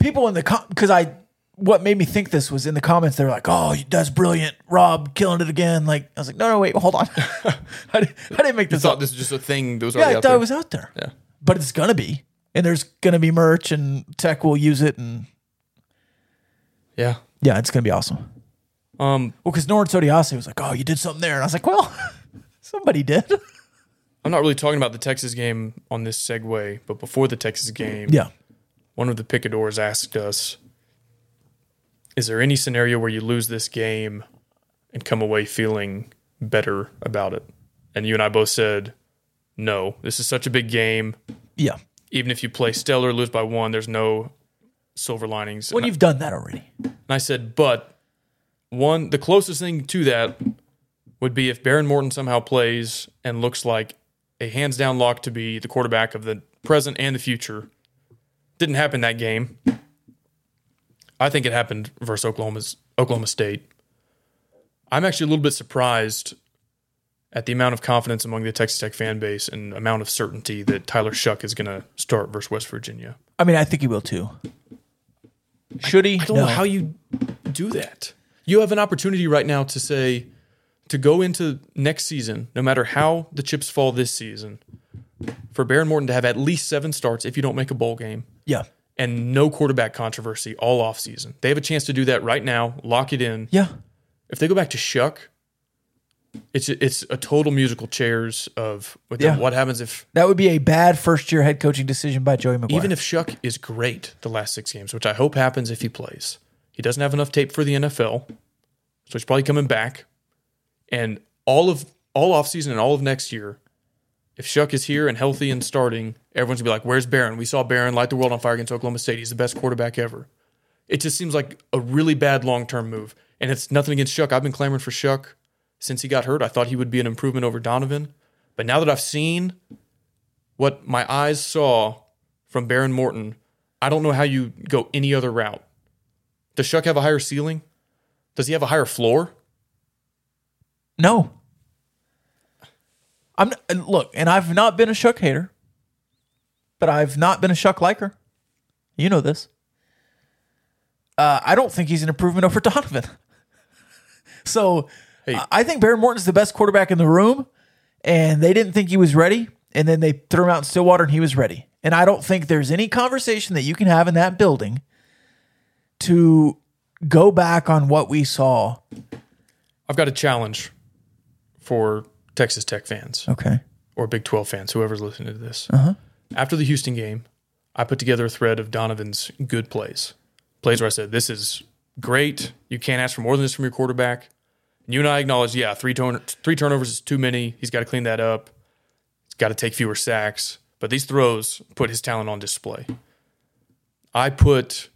S7: People in the, because I, what made me think this was in the comments, they were like, oh, that's brilliant. Rob killing it again. Like, I was like, no, no, wait, hold
S8: *laughs*
S7: on. I, didn't, I didn't make
S8: I
S7: this up.
S8: thought this was just a thing that was
S7: Yeah, I
S8: already out
S7: thought
S8: there.
S7: it was out there.
S8: Yeah.
S7: But it's gonna be. And there's gonna be merch and tech will use it and
S8: yeah.
S7: yeah, it's gonna be awesome.
S8: Um,
S7: Well, because Nord Sodiase was like, Oh, you did something there. And I was like, Well, *laughs* somebody did.
S8: I'm not really talking about the Texas game on this segue, but before the Texas game,
S7: Yeah.
S8: one of the picadors asked us, "Is there any scenario where you lose this game and come away feeling better about it?" And you and I both said, "No. This is such a big game.
S7: Yeah.
S8: Even if you play stellar, lose by one, there's no silver linings."
S7: Well,
S8: And I-
S7: you've done that already.
S8: and I said, but one, the closest thing to that would be if Baron Morton somehow plays and looks like a hands down lock to be the quarterback of the present and the future. Didn't happen that game. I think it happened versus Oklahoma's Oklahoma State. I'm actually a little bit surprised at the amount of confidence among the Texas Tech fan base and amount of certainty that Tyler Shuck is going to start versus West Virginia.
S7: I mean, I think he will too. Should he?
S8: I don't know how you do that. You have an opportunity right now to say, to go into next season, no matter how the chips fall this season, for Baron Morton to have at least seven starts if you don't make a bowl game
S7: Yeah.
S8: and no quarterback controversy all offseason. They have a chance to do that right now. Lock it in.
S7: Yeah.
S8: If they go back to Shuck, it's a, it's a total musical chairs of with
S7: Yeah.
S8: them. what happens if
S7: That would be a bad first year head coaching decision by Joey McGuire.
S8: even if Shuck is great the last six games, which I hope happens if he plays, he doesn't have enough tape for the NFL, so he's probably coming back. And all of all offseason and all of next year, if Shuck is here and healthy and starting, everyone's gonna be like, "Where's Barron? We saw Barron light the world on fire against Oklahoma State. He's the best quarterback ever." It just seems like a really bad long term move, and it's nothing against Shuck. I've been clamoring for Shuck since he got hurt. I thought he would be an improvement over Donovan, but now that I've seen what my eyes saw from Baron Morton, I don't know how you go any other route. Does Shuck have a higher ceiling? Does he have a higher floor?
S7: No. I'm n- look, and I've not been a Shuck hater, but I've not been a Shuck liker. You know this. Uh, I don't think he's an improvement over *laughs* Donovan. so
S8: Hey.
S7: I- I think Baron Morton's the best quarterback in the room, and they didn't think he was ready, and then they threw him out in Stillwater, and he was ready. And I don't think there's any conversation that you can have in that building to go back on what we saw.
S8: I've got a challenge for Texas Tech fans
S7: Okay.
S8: or Big 12 fans, whoever's listening to this. After the Houston game, I put together a thread of Donovan's good plays. Plays where I said, This is great. You can't ask for more than this from your quarterback. And you and I acknowledge, yeah, three, turn- three turnovers is too many. He's got to clean that up. He's got to take fewer sacks. But these throws put his talent on display. I put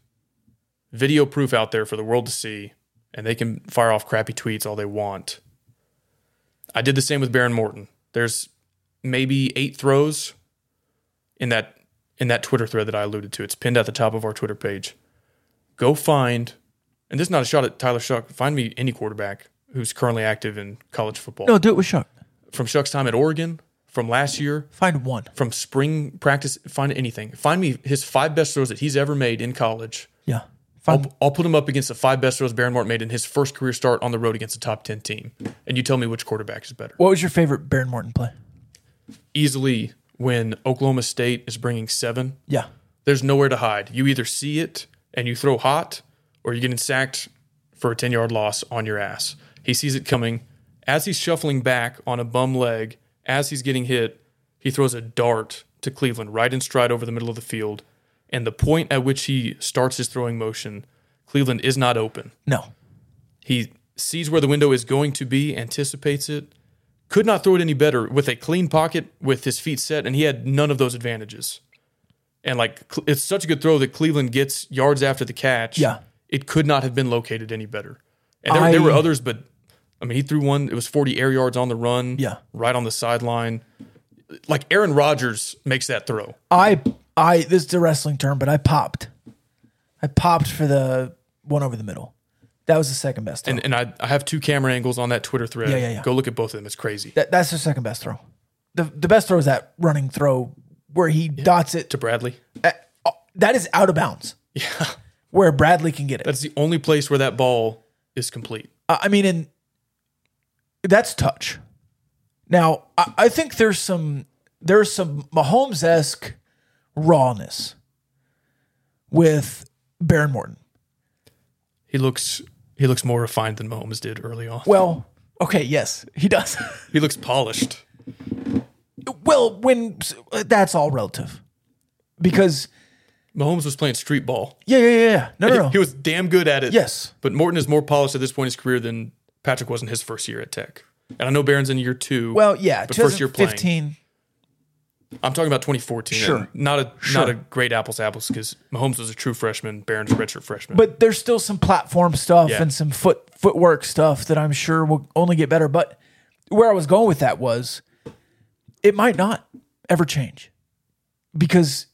S8: video proof out there for the world to see, and they can fire off crappy tweets all they want. I did the same with Baron Morton. There's maybe eight throws in that in that Twitter thread that I alluded to. It's pinned at the top of our Twitter page. Go find, and this is not a shot at Tyler Shuck. Find me any quarterback who's currently active in college football
S7: No, do it with Shuck.
S8: from Shuck's time at Oregon, from last year,
S7: Find one.
S8: from spring practice. Find anything. Find me his five best throws that he's ever made in college.
S7: Yeah. Find,
S8: I'll, I'll put him up against the five best throws Baron Morton made in his first career start on the road against a top 10 team. And you tell me which quarterback is better.
S7: what was your favorite Baron Morton play?
S8: Easily, when Oklahoma State is bringing seven,
S7: Yeah.
S8: there's nowhere to hide. You either see it and you throw hot, or you're getting sacked for a 10 yard loss on your ass. He sees it coming. As he's shuffling back on a bum leg, as he's getting hit, he throws a dart to Cleveland right in stride over the middle of the field. And the point at which he starts his throwing motion, Cleveland is not open.
S7: No.
S8: He sees where the window is going to be, anticipates it, could not throw it any better with a clean pocket with his feet set, and he had none of those advantages. And like Cl- it's such a good throw that Cleveland gets yards after the catch.
S7: Yeah.
S8: It could not have been located any better. And there, there
S7: I-
S8: were others, but I mean, he threw one. It was 40 air yards on the run.
S7: Yeah.
S8: Right on the sideline. like Aaron Rodgers makes that throw.
S7: I I this is a wrestling term, but I popped. I popped for the one over the middle. That was the second best throw.
S8: And, and I, I have two camera angles on that Twitter thread.
S7: Yeah, yeah, yeah.
S8: Go look at both of them. It's crazy.
S7: that, that's the second best throw. The the best throw is that running throw where he dots it
S8: to Bradley.
S7: at- oh, that is out of bounds. Yeah. Where Bradley can get it.
S8: That's the only place where that ball is complete.
S7: I I mean, and that's touch. Now, I, I think there's some there's some Mahomes esque rawness with Baron Morton.
S8: He looks he looks more refined than Mahomes did early on.
S7: Well, okay, yes, he does. *laughs*
S8: He looks polished.
S7: well, when that's all relative, because
S8: Mahomes was playing street ball.
S7: yeah, yeah, yeah, yeah. no, no, no.
S8: He, he was damn good at it.
S7: Yes.
S8: But Morton is more polished at this point in his career than Patrick was in his first year at Tech. And I know Barron's in year two.
S7: well, yeah,
S8: But first year playing.
S7: 2015.
S8: I'm talking about 2014.
S7: Sure.
S8: and Not a
S7: Sure.
S8: not a great apples to apples because Mahomes was a true freshman. Barron's a redshirt freshman.
S7: but there's still some platform stuff
S8: Yeah.
S7: and some foot footwork stuff that I'm sure will only get better. But where I was going with that was it might not ever change. Because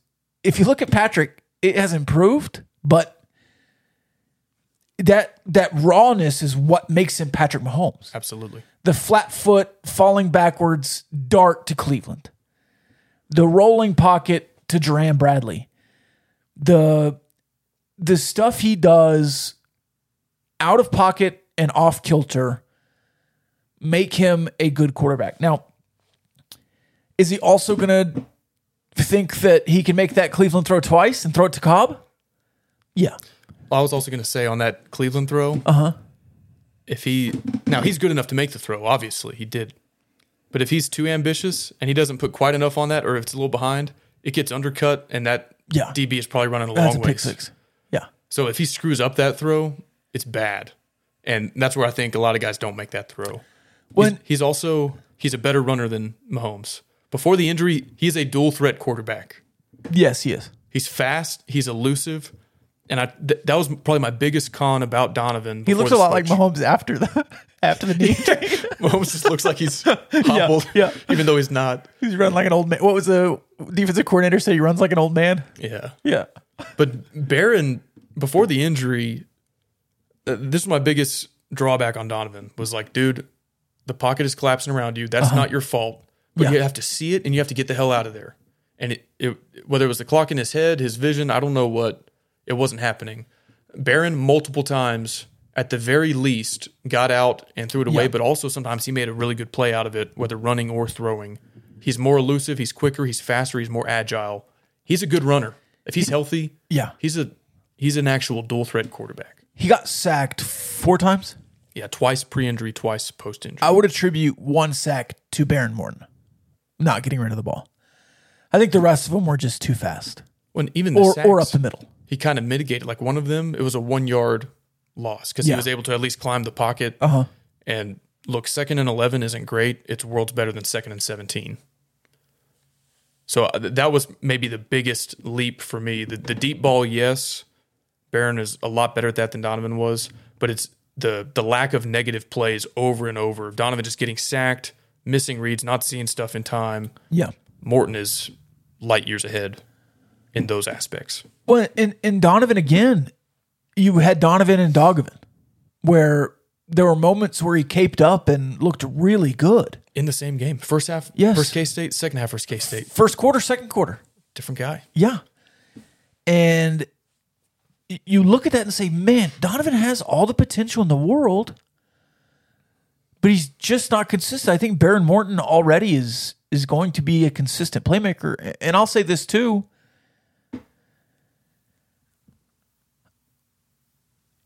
S7: if you look at Patrick, it has improved, but that that rawness is what makes him Patrick Mahomes
S8: absolutely.
S7: the flat foot falling backwards dart to Cleveland, the rolling pocket to Duran Bradley, the the stuff he does out of pocket and off kilter make him a good quarterback. Now, is he also going to think that he can make that Cleveland throw twice and throw it to Cobb? Yeah.
S8: I was also going to say on that Cleveland throw. Uh
S7: Uh-huh.
S8: huh. If he now he's good enough to make the throw, obviously he did. But if he's too ambitious and he doesn't put quite enough on that, or if it's a little behind, it gets undercut, and that
S7: Yeah.
S8: DB is probably running a
S7: That's
S8: long
S7: a pick
S8: ways.
S7: six. Yeah.
S8: So if he screws up that throw, it's bad, and that's where I think a lot of guys don't make that throw.
S7: When
S8: he's, he's also he's a better runner than Mahomes. Before the injury, he's a dual threat quarterback.
S7: yes, he is.
S8: He's fast. He's elusive. And I th- that was probably my biggest con about Donovan.
S7: He looks a lot like Mahomes after the *laughs* after the knee. injury.
S8: *laughs* Mahomes just looks like
S7: *laughs*
S8: he's hobbled,
S7: yeah.
S8: even though he's not.
S7: He's running like an old man. What was the defensive coordinator say? He runs like an old man.
S8: Yeah.
S7: Yeah.
S8: But Barron, before the injury, uh, this is my biggest drawback on Donovan was like, dude, the pocket is collapsing around you. That's not your fault. But
S7: Uh-huh. Yeah.
S8: you have to see it and you have to get the hell out of there. And it, it, whether it was the clock in his head, his vision, I don't know what, it wasn't happening. Barron, multiple times, at the very least, got out and threw it away,
S7: Yeah.
S8: but also sometimes he made a really good play out of it, whether running or throwing. He's more elusive, he's quicker, he's faster, he's more agile. He's a good runner. If he's healthy,
S7: Yeah.
S8: he's a he's an actual dual threat quarterback.
S7: He got sacked four times.
S8: Yeah, twice pre-injury, twice post-injury.
S7: I would attribute one sack to Baron Morton not getting rid of the ball. I think the rest of them were just too fast
S8: When even the
S7: or,
S8: sacks,
S7: or up the middle.
S8: he kind of mitigated. Like one of them, it was a one-yard loss because he
S7: Yeah.
S8: was able to at least climb the pocket.
S7: Uh-huh.
S8: And look, second and eleven isn't great. It's worlds better than second and seventeen. So uh, th- that was maybe the biggest leap for me. The, the deep ball, yes, Barron is a lot better at that than Donovan was, but it's the the lack of negative plays over and over. Donovan just getting sacked, missing reads, not seeing stuff in time.
S7: Yeah.
S8: Morton is light years ahead in those aspects.
S7: Well, and, and Donovan again, you had Donovan and Dogovan where there were moments where he caped up and looked really good.
S8: In the same game, first half,
S7: Yes.
S8: first K State, second half, first K State,
S7: First quarter, second quarter.
S8: different guy.
S7: Yeah. And y- you look at that and say, man, Donovan has all the potential in the world, but he's just not consistent. I think Baron Morton already is is going to be a consistent playmaker. A- And I'll say this too.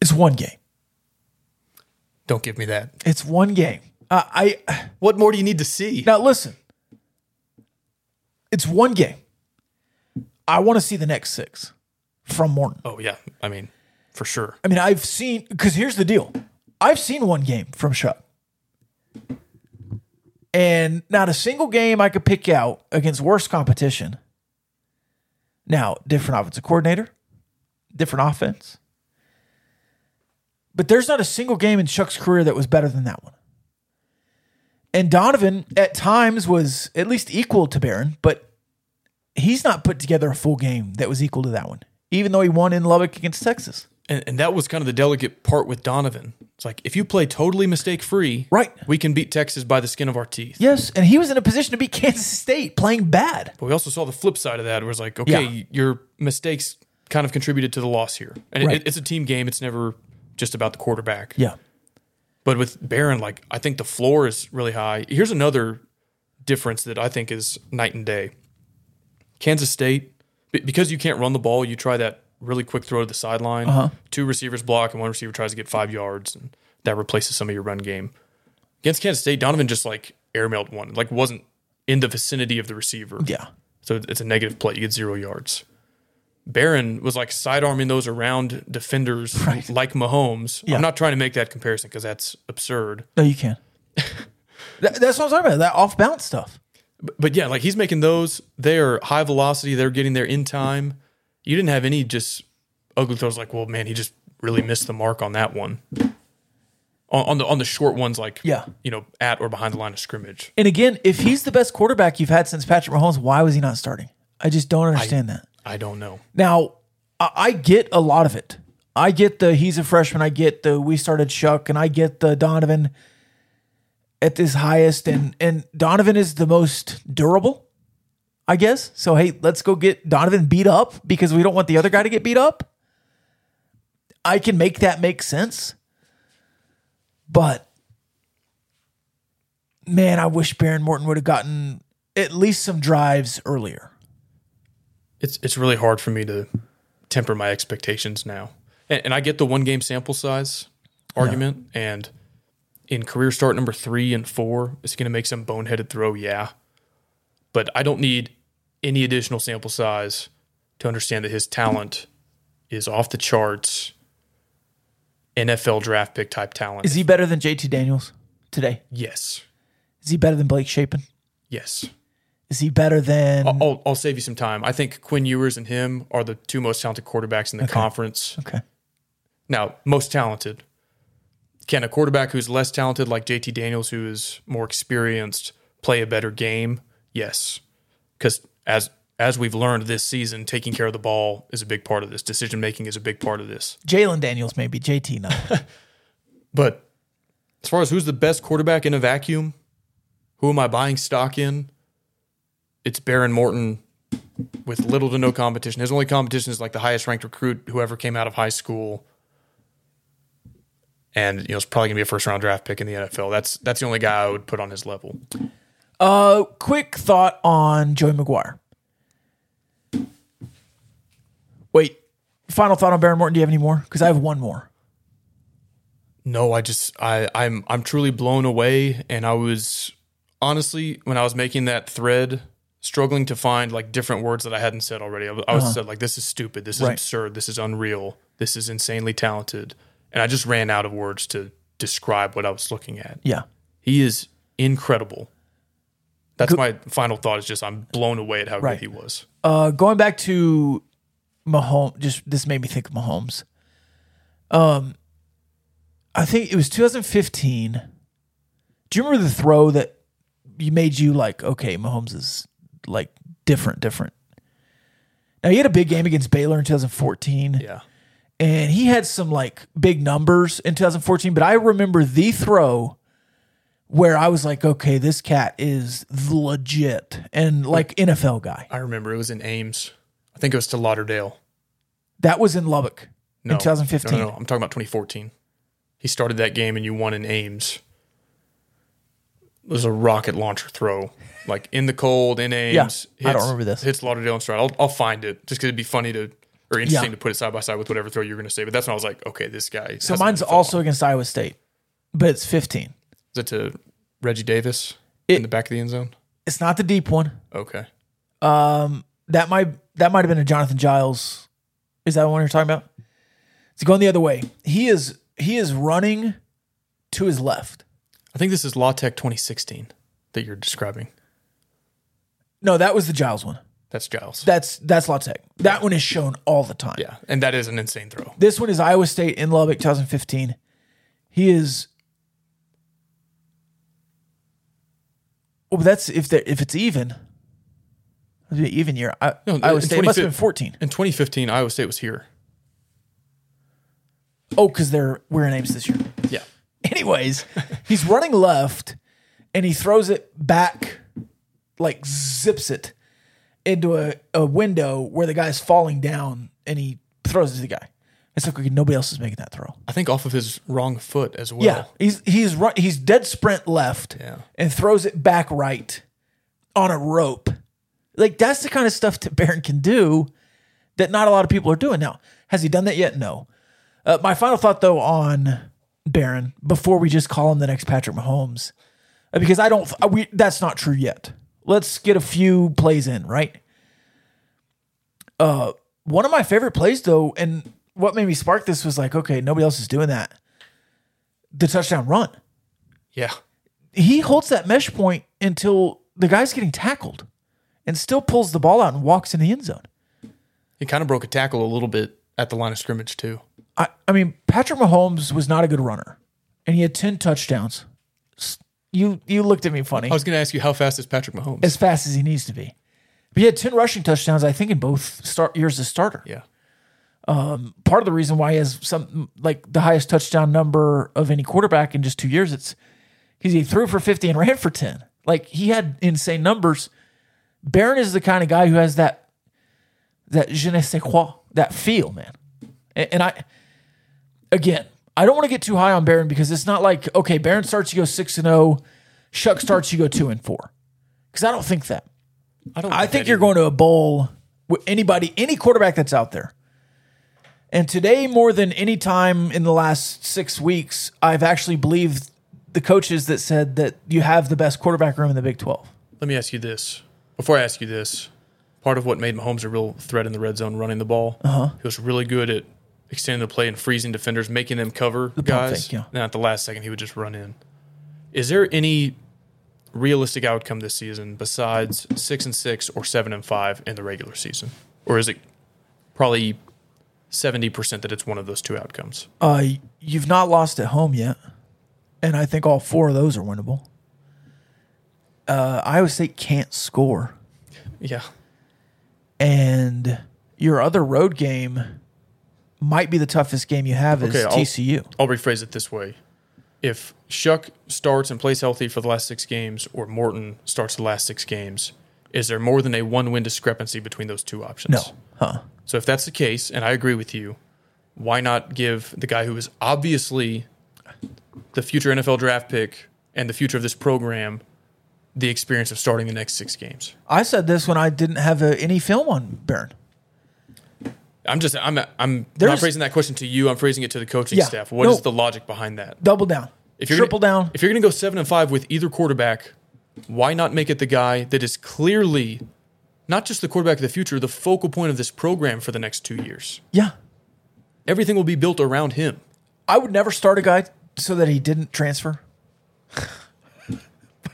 S7: It's one game.
S8: Don't give me that.
S7: It's one game. Uh, I
S8: What more do you need to see?
S7: Now listen, it's one game. I want to see the next six from Morton.
S8: Oh yeah, I mean, for sure.
S7: I mean, I've seen because here's the deal. I've seen one game from Chuck, and not a single game I could pick out against worse competition. Now, different offensive coordinator, different offense, but there's not a single game in Chuck's career that was better than that one. And Donovan at times was at least equal to Barron, but he's not put together a full game that was equal to that one, even though he won in Lubbock against Texas.
S8: And, and that was kind of the delicate part with Donovan. It's like if you play totally mistake free,
S7: Right.
S8: we can beat Texas by the skin of our teeth.
S7: Yes, and he was in a position to beat *laughs* Kansas State playing bad.
S8: But we also saw the flip side of that, where it's like, okay,
S7: Yeah.
S8: your mistakes kind of contributed to the loss here, and it-
S7: Right.
S8: it's a team game. It's never just about the quarterback.
S7: Yeah.
S8: But with Barron, like I think the floor is really high. Here's another difference that I think is night and day. Kansas State, be- because you can't run the ball, you try that really quick throw to the sideline. Two receivers block, and one receiver tries to get five yards, and that replaces some of your run game. Against Kansas State, Donovan just like airmailed one, like wasn't in the vicinity of the receiver.
S7: Yeah.
S8: So it's a negative play. You get zero yards. Barron was like sidearming those around defenders
S7: *laughs*
S8: like Mahomes.
S7: Yeah.
S8: I'm not trying to make that comparison because that's absurd.
S7: No, you *laughs* can. that, that's what I'm talking about. That off balance stuff.
S8: But, but yeah, like he's making those. They are high velocity. They're getting there in time. You didn't have any just ugly throws like, well, man, he just really missed the mark on that one. On, on the on the short ones, like
S7: Yeah.
S8: you know, at or behind the line of scrimmage.
S7: And again, if he's the best quarterback you've had since Patrick Mahomes, why was he not starting? I just don't understand that.
S8: I don't know.
S7: Now, I, I get a lot of it. I get the he's a freshman. I get the we started Shuck, and I get the Donovan at his highest, and and Donovan is the most durable, I guess. So hey, let's go get Donovan beat up because we don't want the other guy to get beat up. I can make that make sense, but man, I wish Baron Morton would have gotten at least some drives earlier.
S8: it's it's really hard for me to temper my expectations now. And, and I get the one game sample size argument, and in career start number three and four, it's going to make some boneheaded throw, yeah. But I don't need any additional sample size to understand that his talent is off the charts, NFL draft pick type talent.
S7: Is he better than JT Daniels today?
S8: yes,
S7: Is he better than Blake Shapen?
S8: yes.
S7: Is he better than
S8: I'll, I'll, I'll save you some time. I think Quinn Ewers and him are the two most talented quarterbacks in the conference.
S7: Okay.
S8: Now, most talented. Can a quarterback who's less talented, like JT Daniels, who is more experienced, play a better game? Yes. Because as as we've learned this season, taking care of the ball is a big part of this. Decision making is a big part of this.
S7: Jalen Daniels? Maybe JT not.
S8: But as far as who's the best quarterback in a vacuum, who am I buying stock in? It's Baron Morton with little to no competition. His only competition is like the highest ranked recruit, whoever came out of high school. And you know, it's probably gonna be a first round draft pick in the NFL. That's that's the only guy I would put on his level.
S7: *laughs* uh, quick thought on Joey McGuire. Wait, final thought on Baron Morton. Do you have any more? Because I have one more.
S8: No, I just I I'm I'm truly blown away and I was honestly when I was making that thread struggling to find like different words that I hadn't said already. I was, I was said like this is stupid, this is
S7: Uh-huh. Right.
S8: absurd, this is unreal, this is insanely talented. And I just ran out of words to describe what I was looking at.
S7: Yeah,
S8: He is incredible. That's my final thought is just I'm blown away at how
S7: Right.
S8: good he was.
S7: Uh, going back to Mahomes, just this made me think of Mahomes. Um, I think it was 2015. Do you remember the throw that you made you like, okay, Mahomes is like different, different. Now he had a big game against Baylor in 2014
S8: Yeah.
S7: and he had some like big numbers in 2014 but i remember the throw where i was like okay this cat is legit and like nfl guy
S8: I remember it was in Ames. I think it was to Lauderdale.
S7: that was in lubbock
S8: No.
S7: in 2015
S8: No, no, no. I'm talking about 2014. He started that game and you won in Ames. It was a rocket launcher throw, like in the cold in Ames.
S7: Yeah, I don't remember this.
S8: Hits Lauderdale and Stroud. I'll, I'll find it just because it'd be funny to or interesting
S7: Yeah.
S8: to put it side by side with whatever throw you're going to say. But that's when I was like, okay, this guy.
S7: so mine's also against iowa state but it's 15
S8: is it to Reggie Davis
S7: It-
S8: in the back of the end zone?
S7: it's not the deep one
S8: Okay,
S7: that might that might have been a jonathan giles is that the one you're talking about it's going the other way he is he is running to his left
S8: I think this is La Tech 2016 that you're describing.
S7: no that was the giles one
S8: That's Giles.
S7: that's that's La Tech. That one is shown all the time.
S8: yeah, and that is an insane throw.
S7: This one is Iowa State in Lubbock 2015. He is Well, but that's if they if it's even. It'd be an Even year, I,
S8: No,
S7: Iowa
S8: in
S7: State it must have been
S8: 25
S7: fourteen.
S8: In 2015, Iowa State was here.
S7: Oh, because they're wearing names this year. *laughs*
S8: Yeah.
S7: Anyways, he's running left, and he throws it back, like zips it into a, a window where the guy's falling down, and he throws it to the guy. It's like okay, nobody else is making that throw.
S8: I think off of his wrong foot as well.
S7: Yeah, he's he's run, he's dead sprint left
S8: Yeah.
S7: and throws it back right on a rope. Like that's the kind of stuff that Baron can do that not a lot of people are doing now. Has he done that yet? No. Uh, my final thought though on Baron before we just call him the next Patrick Mahomes uh, because I don't uh, we that's not true yet. Let's get a few plays in, right? Uh one of my favorite plays though and what made me spark this was like, okay, nobody else is doing that the touchdown run.
S8: Yeah.
S7: He holds that mesh point until the guy's getting tackled and still pulls the ball out and walks in the end zone.
S8: He kind of broke a tackle a little bit at the line of scrimmage, too.
S7: I, I mean, Patrick Mahomes was not a good runner and he had 10 touchdowns. S- You you looked at me funny.
S8: I was going to ask you, how fast is Patrick Mahomes?
S7: As fast as he needs to be. But he had 10 rushing touchdowns, I think, in both start years as starter.
S8: yeah.
S7: Part of the reason why he has some like the highest touchdown number of any quarterback in just two years, it's because he threw for 50 and ran for 10. Like he had insane numbers. Barron is the kind of guy who has that that je ne sais quoi, that feel, man. And, and I again, I don't want to get too high on Barron because it's not like okay, Barron starts you go six and zero, Shuck starts you go two and four. Because I don't think that.
S8: I don't.
S7: I
S8: that
S7: think you're
S8: either.
S7: going to a bowl with anybody, any quarterback that's out there. And today, more than any time in the last six weeks, I've actually believed the coaches that said that you have the best quarterback room in the Big 12.
S8: Let me ask you this. Before I ask you this, part of what made Mahomes a real threat in the red zone running the ball, uh-huh. he was really good at extending the play and freezing defenders, making them cover
S7: pump
S8: guys.
S7: fake, yeah.
S8: And at the last second, he would just run in. Is there any realistic outcome this season besides six and six or seven and five in the regular season, or is it probably seventy percent that it's one of those two outcomes?
S7: Uh, you've not lost at home yet. And I think all four of those are winnable. Uh, Iowa State can't score.
S8: Yeah,
S7: And your other road game might be the toughest game you have is
S8: Okay, I'll-
S7: TCU.
S8: I'll rephrase it this way. If Shuck starts and plays healthy for the last six games, or Morton starts the last six games, is there more than a one win discrepancy between those two options?
S7: No. Huh.
S8: So if that's the case, and I agree with you, why not give the guy who is obviously the future NFL draft pick and the future of this program the experience of starting the next six games?
S7: I said this when I didn't have uh any film on Barron.
S8: I'm just I'm I'm not
S7: There's-
S8: phrasing that question to you. I'm phrasing it to the coaching
S7: Yeah.
S8: staff. What is
S7: No.
S8: the logic behind that?
S7: Double down.
S8: If you're
S7: Triple
S8: gonna,
S7: down.
S8: If you're going to go seven and five with either quarterback, why not make it the guy that is clearly not just the quarterback of the future, the focal point of this program for the next two years?
S7: yeah.
S8: Everything will be built around him.
S7: I would never start a guy so that he didn't transfer. *laughs*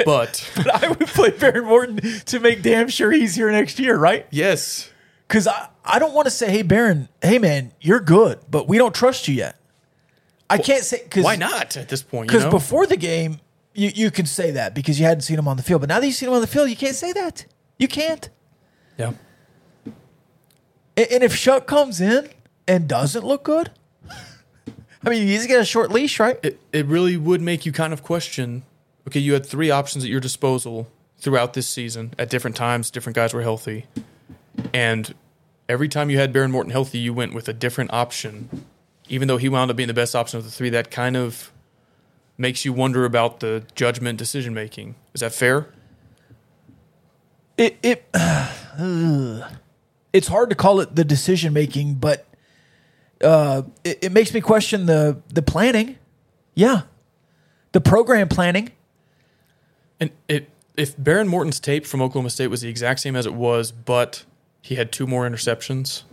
S8: But
S7: But I would play Barry Morton to make damn sure he's here next year, right?
S8: yes,
S7: Because I, I don't want to say, hey, Baron, hey, man, you're good, but we don't trust you yet. I can't say, because
S8: why not at this point? You
S7: Because
S8: know?
S7: before the game, you, you can say that because you hadn't seen him on the field. But now that you've seen him on the field, you can't say that. You can't.
S8: yeah,
S7: And, and if Shuck comes in and doesn't look good, *laughs* I mean, he's got a short leash, right?
S8: it, it really would make you kind of question. Okay, you had three options at your disposal throughout this season at different times. Different guys were healthy, and every time you had Baron Morton healthy, you went with a different option. Even though he wound up being the best option of the three, that kind of makes you wonder about the judgment decision making. Is that fair?
S7: it, it *sighs* Ugh. it's hard to call it the decision making, but uh, it, it makes me question the the planning. Yeah, the program planning.
S8: And it, if Baron Morton's tape from Oklahoma State was the exact same as it was, but he had two more interceptions,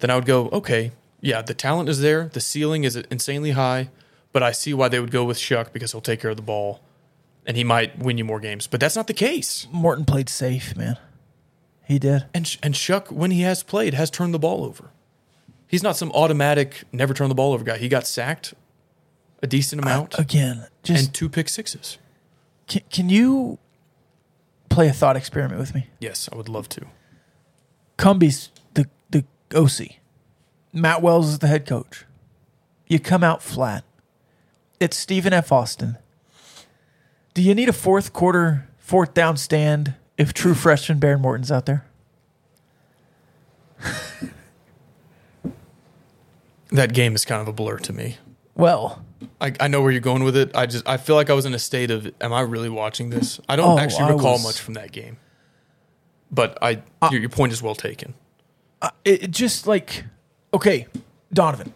S8: then I would go, okay, yeah, the talent is there, the ceiling is insanely high, but I see why they would go with Shuck because he'll take care of the ball, and he might win you more games. But that's not the case.
S7: Morton played safe, man. He did.
S8: And Sh- and Shuck, when he has played, has turned the ball over. He's not some automatic never turn the ball over guy. He got sacked a decent amount
S7: Again, just
S8: and two pick sixes.
S7: can, can you play a thought experiment with me?
S8: Yes, I would love to.
S7: Cumby's the, the OC. Matt Wells is the head coach. You come out flat. It's Stephen F. Austin. Do you need a fourth quarter, fourth down stand if true freshman Baron Morton's out there?
S8: That game is kind of a blur to me.
S7: Well,
S8: I, I know where you're going with it. I just I feel like I was in a state of am I really watching this? I don't
S7: Oh,
S8: actually
S7: I
S8: recall
S7: was- Uh,
S8: much from that game. But I your, your point is well taken.
S7: it, it just like okay, Donovan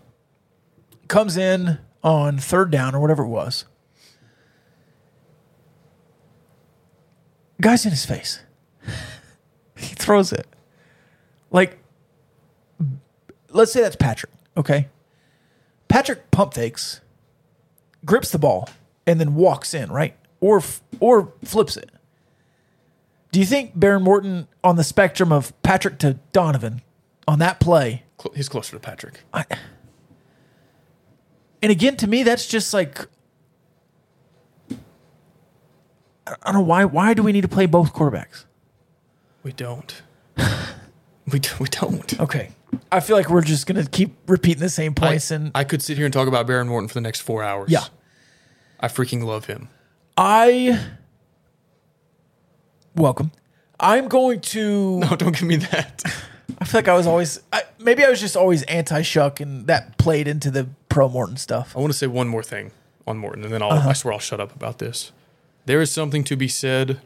S7: comes in on third down or whatever it was. Guy's in his face. he throws it. Like let's say that's Patrick, okay? Patrick pump fakes, grips the ball, and then walks in, right? Or f- or flips it. Do you think Baron Morton on the spectrum of Patrick to Donovan on that play?
S8: Cl- he's closer to Patrick.
S7: I, and again, to me, that's just like I I don't know why. Why do we need to play both quarterbacks?
S8: We
S7: *laughs*
S8: don't. we d- we don't.
S7: Okay, I feel like we're just gonna keep repeating the same
S8: I,
S7: points, and
S8: I could sit here and talk about Baron Morton for the next four hours.
S7: Yeah.
S8: I freaking love him. *laughs*
S7: I welcome. I'm going to.
S8: No, don't give me that.
S7: I feel like I was always. I, maybe I was just always anti Shuck, and that played into the pro Morton stuff.
S8: I want to say one more thing on Morton, and then I'll,
S7: Uh-huh.
S8: I swear I'll shut up about this. There is something to be said.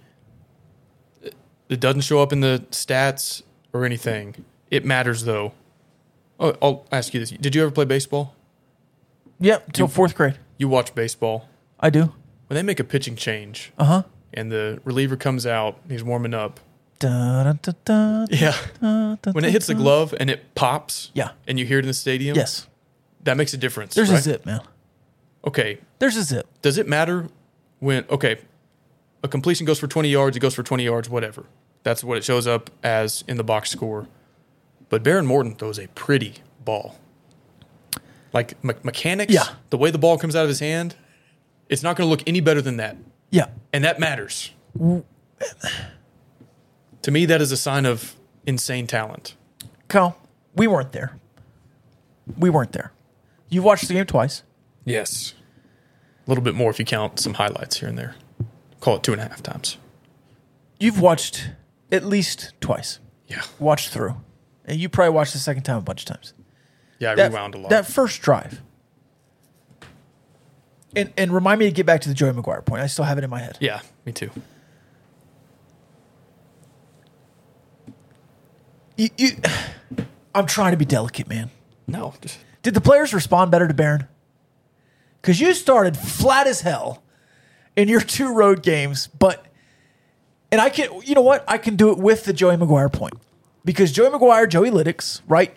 S8: It doesn't show up in the stats or anything. It matters though. Oh, I'll ask you this: Did you ever play baseball?
S7: Yep, till fourth grade.
S8: You watch baseball
S7: I do.
S8: when they make a pitching change.
S7: Uh-huh.
S8: Uh huh. And the reliever comes out. He's warming up.
S7: Da, da, da, da,
S8: Yeah.
S7: da, da,
S8: When it hits the glove and it pops.
S7: Yeah.
S8: And you hear it in the stadium.
S7: Yes.
S8: That makes a difference.
S7: There's a
S8: right?
S7: zip, man.
S8: Okay.
S7: There's a zip.
S8: does it matter when okay a completion goes for 20 yards it goes for 20 yards whatever that's what it shows up as in the box score but baron morton throws a pretty ball like me- mechanics
S7: Yeah.
S8: the way the ball comes out of his hand it's not going to look any better than that
S7: Yeah.
S8: and that matters to me that is a sign of insane talent
S7: Kyle, we weren't there. We weren't there. You watched the game twice.
S8: yes a little bit more if you count some highlights here and there call it two and a half times
S7: You've watched at least twice.
S8: yeah
S7: Watched through. And you probably watched the second time a bunch of times.
S8: yeah i
S7: That,
S8: rewound a lot
S7: That first drive. And, and remind me to get back to the Joey McGuire point. I still have it in my head.
S8: yeah me too
S7: You, you, *sighs* I'm trying to be delicate, man.
S8: No, just
S7: Did the players respond better to Barron? Because you started flat as hell in your two road games, but and I can you know what? I can do it with the Joey McGuire point. Because Joey McGuire, Joey Lytics, right?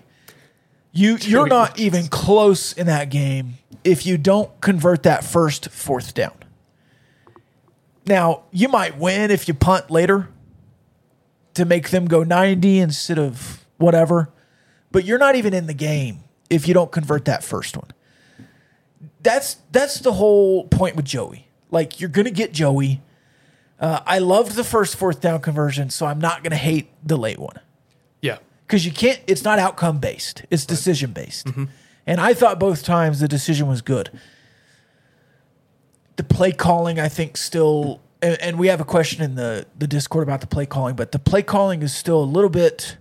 S7: You you're not even close in that game if you don't convert that first fourth down. Now, you might win if you punt later to make them go 90 instead of whatever but you're not even in the game if you don't convert that first one. That's that's the whole point with Joey. Like you're gonna get Joey. Uh, I loved the first fourth down conversion, so I'm not gonna hate the late one
S8: yeah.
S7: because you can't. It's not outcome based. It's decision based. And I thought both times the decision was good. The play calling, I think, still. And, and we have a question in the the Discord about the play calling, but the play calling is still a little bit.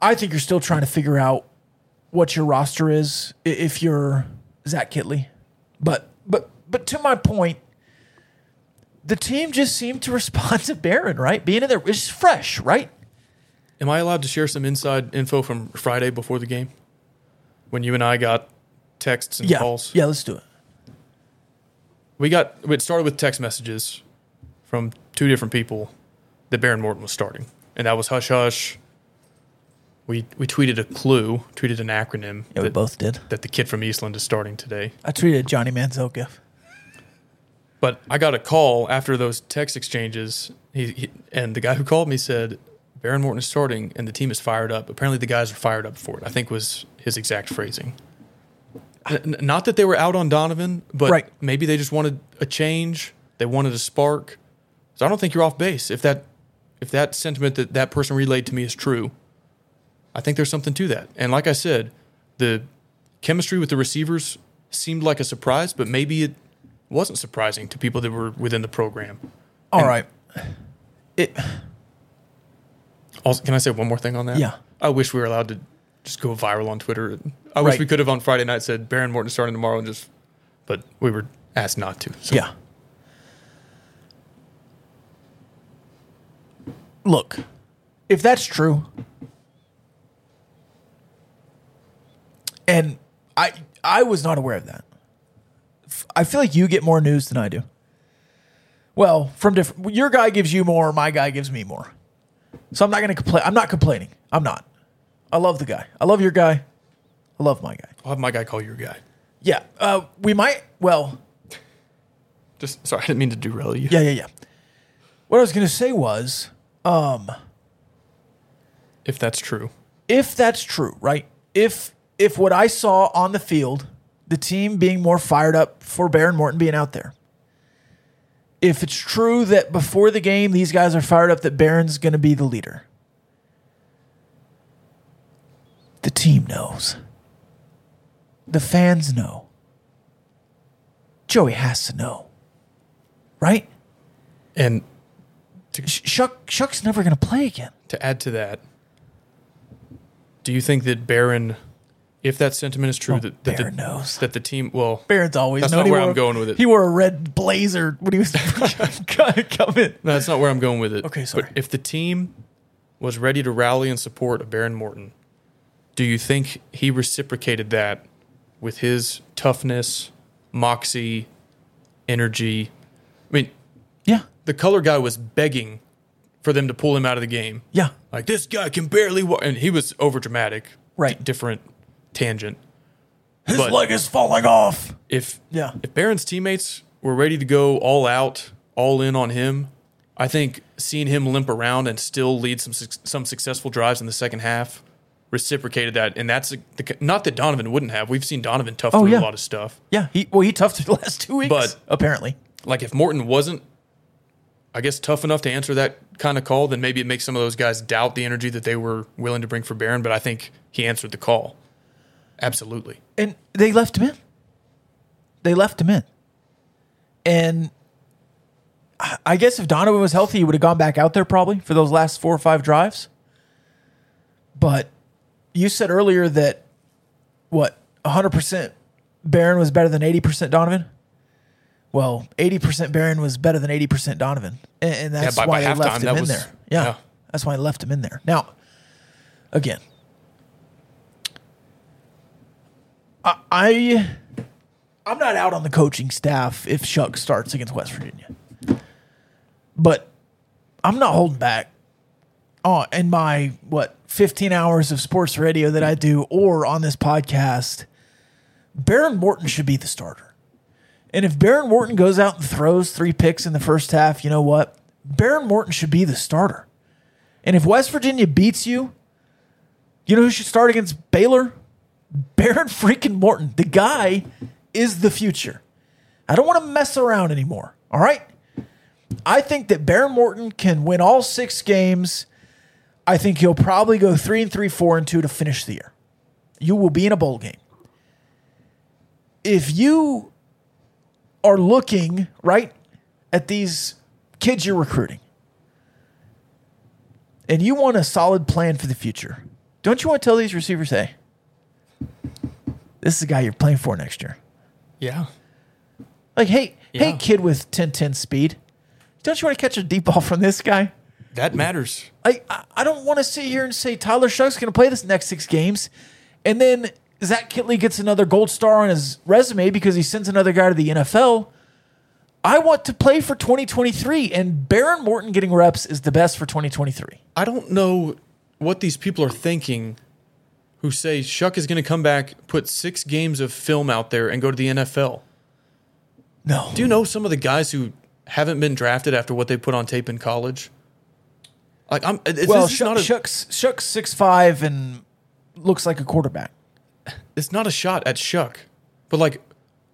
S7: I think you're still trying to figure out what your roster is i- if you're Zach Kitley, but but but to my point, the team just seemed to *laughs* respond to Barron, right? Being in there, it's fresh, right?
S8: Am I allowed to share some inside info from Friday before the game? When you and I got texts and
S7: Yeah,
S8: calls?
S7: yeah. Let's do it.
S8: We got it started with text messages from two different people that Baron Morton was starting. And that was hush hush. We we tweeted a clue, tweeted an acronym
S7: Yeah, we
S8: that,
S7: both did.
S8: that the kid from Eastland is starting today.
S7: I tweeted Johnny Manziel gif.
S8: But I got a call after those text exchanges, he, he, and the guy who called me said, "Baron Morton is starting, and the team is fired up." Apparently, the guys are fired up for it. I think was his exact phrasing. N- n- Not that they were out on Donovan, but
S7: Right.
S8: maybe they just wanted a change. They wanted a spark. So I don't think you're off base. If that if that sentiment that that person relayed to me is true, I think there's something to that. And like I said, the chemistry with the receivers seemed like a surprise, but maybe it wasn't surprising to people that were within the program.
S7: All right. It
S8: Also, can I say one more thing on that?
S7: Yeah.
S8: I wish we were allowed to just go viral on Twitter. I wish
S7: Right.
S8: we could have on Friday night said Baron Morton starting tomorrow and just, but we were asked not to. So
S7: yeah. Look, if that's true, and I I was not aware of that. F- I feel like you get more news than I do. Well, from different, your guy gives you more, my guy gives me more. So I'm not going to complain. I'm not complaining. I'm not. I love the guy. I love your guy. I love my guy.
S8: I'll have my guy call your guy.
S7: Yeah. Uh, we might. Well,
S8: Just sorry, I didn't mean to derail you.
S7: Yeah, yeah, yeah. What I was going to say was
S8: If that's true.
S7: if that's true, right? If if what I saw on the field, the team being more fired up for Baron Morton being out there. If it's true that before the game these guys are fired up that Baron's going to be the leader. The team knows. The fans know. Joey has to know. Right?
S8: And
S7: Sh- Shuck Shuck's never going to play again.
S8: to add to that, do you think that Baron, if that sentiment is true, that, that,
S7: Oh, Baron
S8: the,
S7: knows.
S8: that the team, well,
S7: Barron's always
S8: That's
S7: known
S8: not
S7: he
S8: where
S7: wore-
S8: I'm going with it.
S7: He wore a red blazer when he was *laughs* coming.
S8: No, that's not where I'm going with it.
S7: Okay, sorry.
S8: But if the team was ready to rally in support of Baron Morton, do you think he reciprocated that with his toughness, moxie, energy? I mean,
S7: Yeah,
S8: the color guy was begging for them to pull him out of the game.
S7: yeah,
S8: Like this guy can barely walk, and he was over dramatic.
S7: Right.
S8: different tangent.
S7: his
S8: But-
S7: leg is falling off.
S8: If
S7: Yeah.
S8: if Baron's teammates were ready to go all out, all in on him, I think seeing him limp around and still lead some suc- some successful drives in the second half reciprocated that, and that's the, not that Donovan wouldn't have. We've seen Donovan tough
S7: Oh,
S8: through
S7: yeah.
S8: a lot of stuff.
S7: Yeah, he well he toughed the *laughs* last two weeks,
S8: But-
S7: apparently.
S8: Like if Morton wasn't, I guess tough enough to answer that kind of call, then maybe it makes some of those guys doubt the energy that they were willing to bring for Baron. But I think he answered the call. Absolutely.
S7: And they left him in. They left him in. And I- I guess if Donovan was healthy, he would have gone back out there probably for those last four or five drives. But you said earlier that what 100% Barron was better than 80% Donovan. Well, 80% Barron was better than 80% Donovan, and, and that's
S8: by-
S7: why
S8: by
S7: they
S8: halftime,
S7: left him
S8: that
S7: in
S8: was-
S7: there. Yeah,
S8: yeah.
S7: that's why they left him in there. Now, again, I, I I'm not out on the coaching staff if Shuck starts against West Virginia, but I'm not holding back uh, in my what 15 hours of sports radio that I do or on this podcast, Baron Morton should be the starter. And if Baron Morton goes out and throws three picks in the first half, you know what? Baron Morton should be the starter. And if West Virginia beats you, you know who should start against Baylor? Baron freaking Morton. The guy is the future. I don't want to mess around anymore. All right? I think that Baron Morton can win all six games. I think he'll probably go three and three, four and two to finish the year. You will be in a bowl game. If you are looking right at these kids you're recruiting, and you want a solid plan for the future, don't you want to tell these receivers, hey, this is the guy you're playing for next year?
S8: Yeah.
S7: Like, hey, hey,
S8: Yeah.
S7: kid with 10-10 speed, don't you want to catch a deep ball from this guy?
S8: That matters.
S7: I I- I don't want to sit here and say Tyler Shuck's going to play this next six games, and then Zach Kitley gets another gold star on his resume because he sends another guy to the NFL. I want to play for 2023, and Baron Morton getting reps is the best for 2023.
S8: I don't know what these people are thinking who say Shuck is going to come back, put six games of film out there, and go to the NFL.
S7: No,
S8: Do you know some of the guys who haven't been drafted after what they put on tape in college? Like, I'm. It's,
S7: well,
S8: this is
S7: Shuck,
S8: not a,
S7: Shuck's Shuck's six five and looks like a quarterback.
S8: it's not a shot at Shuck, but like,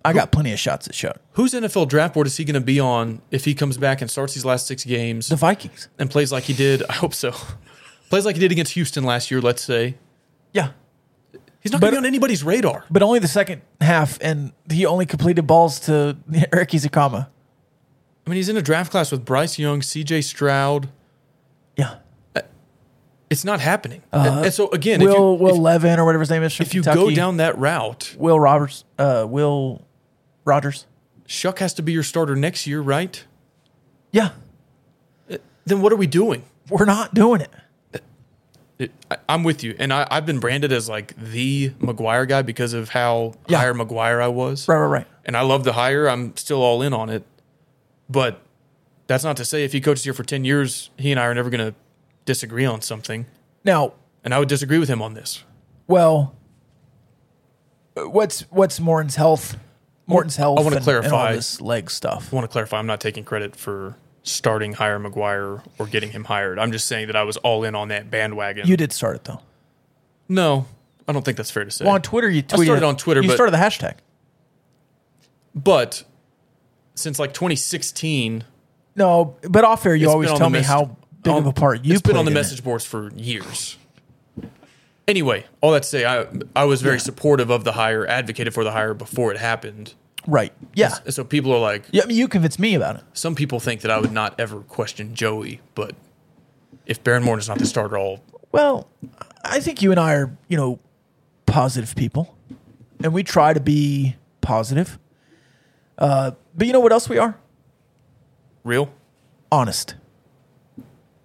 S7: I got plenty of shots at Chuck.
S8: Whose NFL draft board is he going to be on if he comes back and starts these last six games
S7: The Vikings.
S8: and plays like he did? I hope so. *laughs* plays like he did against Houston last year. Let's say
S7: Yeah.
S8: he's not going
S7: But-
S8: to be on anybody's radar.
S7: But only the second half, and he only completed balls to *laughs* Eric Izakama.
S8: I mean, he's in a draft class with Bryce Young, C.J. Stroud.
S7: Yeah.
S8: It's not happening.
S7: Uh-huh.
S8: and, and so again, if you,
S7: Will Will
S8: if-
S7: Levin or whatever his name is.
S8: if you go down that route,
S7: Will Roberts, uh, Will Rogers.
S8: Shuck has to be your starter next year, right?
S7: Yeah,
S8: Then what are we doing?
S7: we're not doing it.
S8: It, I, I'm with you, and I, I've been branded as like the McGuire guy because of how
S7: Yeah.
S8: hire McGuire I was.
S7: Right, right, right.
S8: and I love the hire. I'm still all in on it. But that's not to say if he coaches here for 10 years, he and I are never going to disagree on something.
S7: Now,
S8: And I would disagree with him on this.
S7: well, what's what's Morton's health? Morton's health.
S8: wanna
S7: and- and all
S8: clarify.
S7: this leg stuff.
S8: I want to clarify I'm not taking credit for starting Hire McGuire or getting him hired. I'm just saying that I was all in on that bandwagon.
S7: You did start it though.
S8: No, I don't think that's fair to say.
S7: Well, on Twitter, you tweeted.
S8: started on Twitter,
S7: You
S8: but-
S7: started the hashtag.
S8: but since like 2016,
S7: No, but off air, you
S8: It's
S7: always
S8: been on
S7: tell
S8: the
S7: me
S8: mess-
S7: how big
S8: on-
S7: of a part you
S8: It's
S7: played
S8: been on the
S7: in it.
S8: message boards for years. Anyway, all that to say, I I was very supportive of the hire, advocated for the hire before it happened.
S7: Right. Yeah.
S8: And so people are like,
S7: Yeah. I mean, you convinced me about it.
S8: some people think that I would not ever question Joey, but if Baron Morton is not the starter, I'll
S7: Well, I think you and I are, you know, positive people, and we try to be positive. Uh, but you know what else we are?
S8: real.
S7: Honest,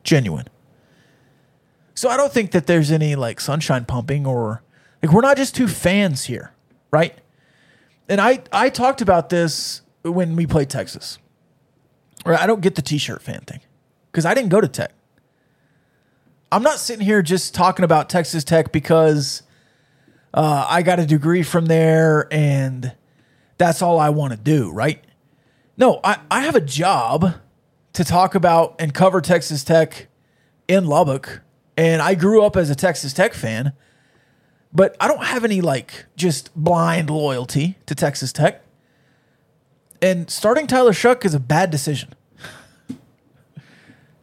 S7: genuine. So I don't think that there's any like sunshine pumping or like we're not just two fans here, right? And I I talked about this when we played Texas. Or I don't get the T-shirt fan thing because I didn't go to Tech. I'm not sitting here just talking about Texas Tech because uh, I got a degree from there and that's all I want to do, right? No, I, I have a job to talk about and cover Texas Tech in Lubbock. And I grew up as a Texas Tech fan, but I don't have any like just blind loyalty to Texas Tech. And starting Tyler Shuck is a bad decision. *laughs*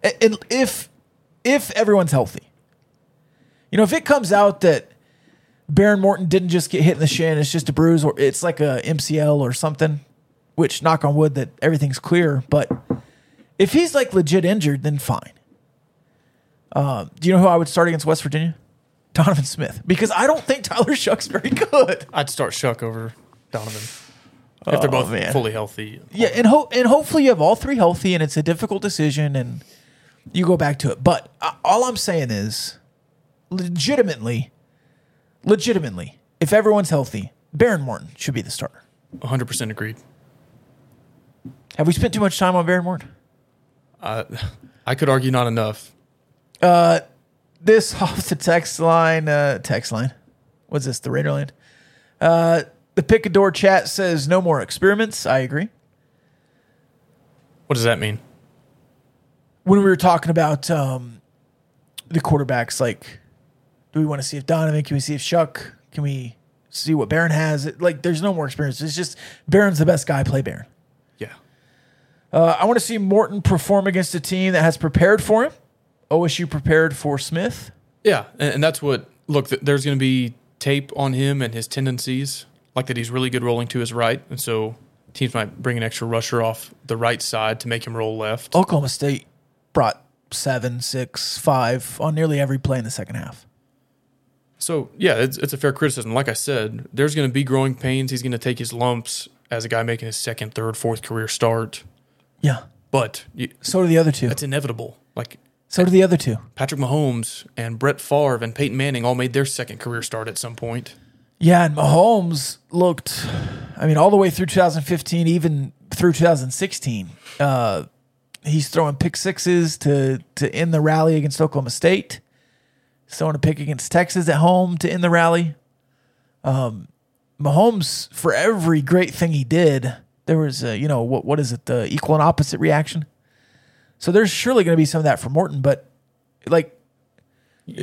S7: A- and if if everyone's healthy. You know, if it comes out that Baron Morton didn't just get hit in the shin, it's just a bruise or it's like a MCL or something, which knock on wood that everything's clear, but if he's like legit injured, then fine. Uh, do you know who I would start against West Virginia? Donovan Smith, because I don't think Tyler Shuck's very good.
S8: I'd start Shuck over Donovan if they're both
S7: Oh, man.
S8: fully healthy.
S7: Yeah, and ho- and hopefully you have all three healthy, and it's a difficult decision, and you go back to it. But uh, all I'm saying is, legitimately, legitimately, if everyone's healthy, Baron Morton should be the starter.
S8: 100% agreed.
S7: Have we spent too much time on Baron Morton?
S8: I could argue not enough.
S7: This *laughs* off the text line, uh, text line. What's this? The radar line. Uh, the Picador chat says no more experiments. I agree.
S8: What does that mean?
S7: when we were talking about um, the quarterbacks, like, do we want to see if Donovan? Can we see if Shuck? Can we see what Barron has? It- Like, there's no more experience. It's just Barron's the best guy. Play Barron.
S8: Yeah.
S7: Uh, I want to see Morton perform against a team that has prepared for him. OSU prepared for Smith.
S8: Yeah, and, and that's what. Look, th- there's going to be tape on him and his tendencies, like that he's really good rolling to his right, and so teams might bring an extra rusher off the right side to make him roll left.
S7: Oklahoma State brought seven, six, five on nearly every play in the second half.
S8: So yeah, it's, it's a fair criticism. Like I said, there's going to be growing pains. He's going to take his lumps as a guy making his second, third, fourth career start,
S7: Yeah.
S8: but you,
S7: So do the other two.
S8: it's inevitable. Like
S7: So do the other two.
S8: Patrick Mahomes and Brett Favre and Peyton Manning all made their second career start at some point.
S7: Yeah, and Mahomes looked, I mean, all the way through 2015, even through 2016, uh, he's throwing pick sixes to, to end the rally against Oklahoma State. He's throwing a pick against Texas at home to end the rally. Um, Mahomes, for every great thing he did, there was, a, you know, what what is it, the equal and opposite reaction? So there's surely going to be some of that for Morton, but like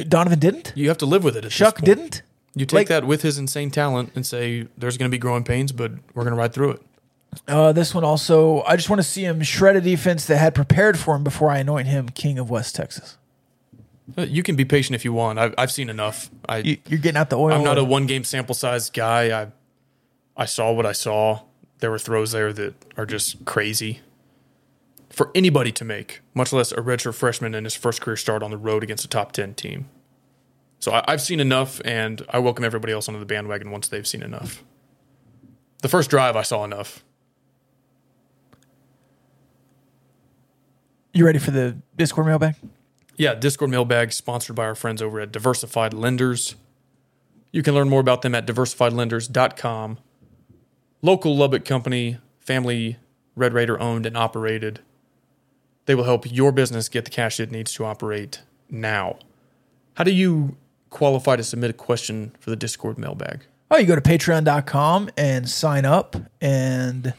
S7: Donovan didn't?
S8: You have to live with it. At this
S7: Chuck
S8: point.
S7: didn't?
S8: You take
S7: Like-
S8: that with his insane talent and say there's going to be growing pains, but we're going to ride through it.
S7: Uh, this one also, I just want to see him shred a defense that had prepared for him before I anoint him king of West Texas.
S8: Uh, You can be patient if you want. I've, I've seen enough. I
S7: You, Oh. you're getting out the oil.
S8: I'm not a one game sample size guy. I I saw what I saw. There were throws there that are just crazy for anybody to make, much less a redshirt freshman in his first career start on the road against a top ten team. So I, I've seen enough, and I welcome everybody else onto the bandwagon once they've seen enough. The first drive, I saw enough.
S7: You ready for the Discord mailbag?
S8: Yeah, Discord mailbag sponsored by our friends over at Diversified Lenders. You can learn more about them at diversifiedlenders.com. Local Lubbock company, family Red Raider owned and operated. They will help your business get the cash it needs to operate now. How do you qualify to submit a question for the Discord mailbag?
S7: Oh, you go to patreon.com and sign up and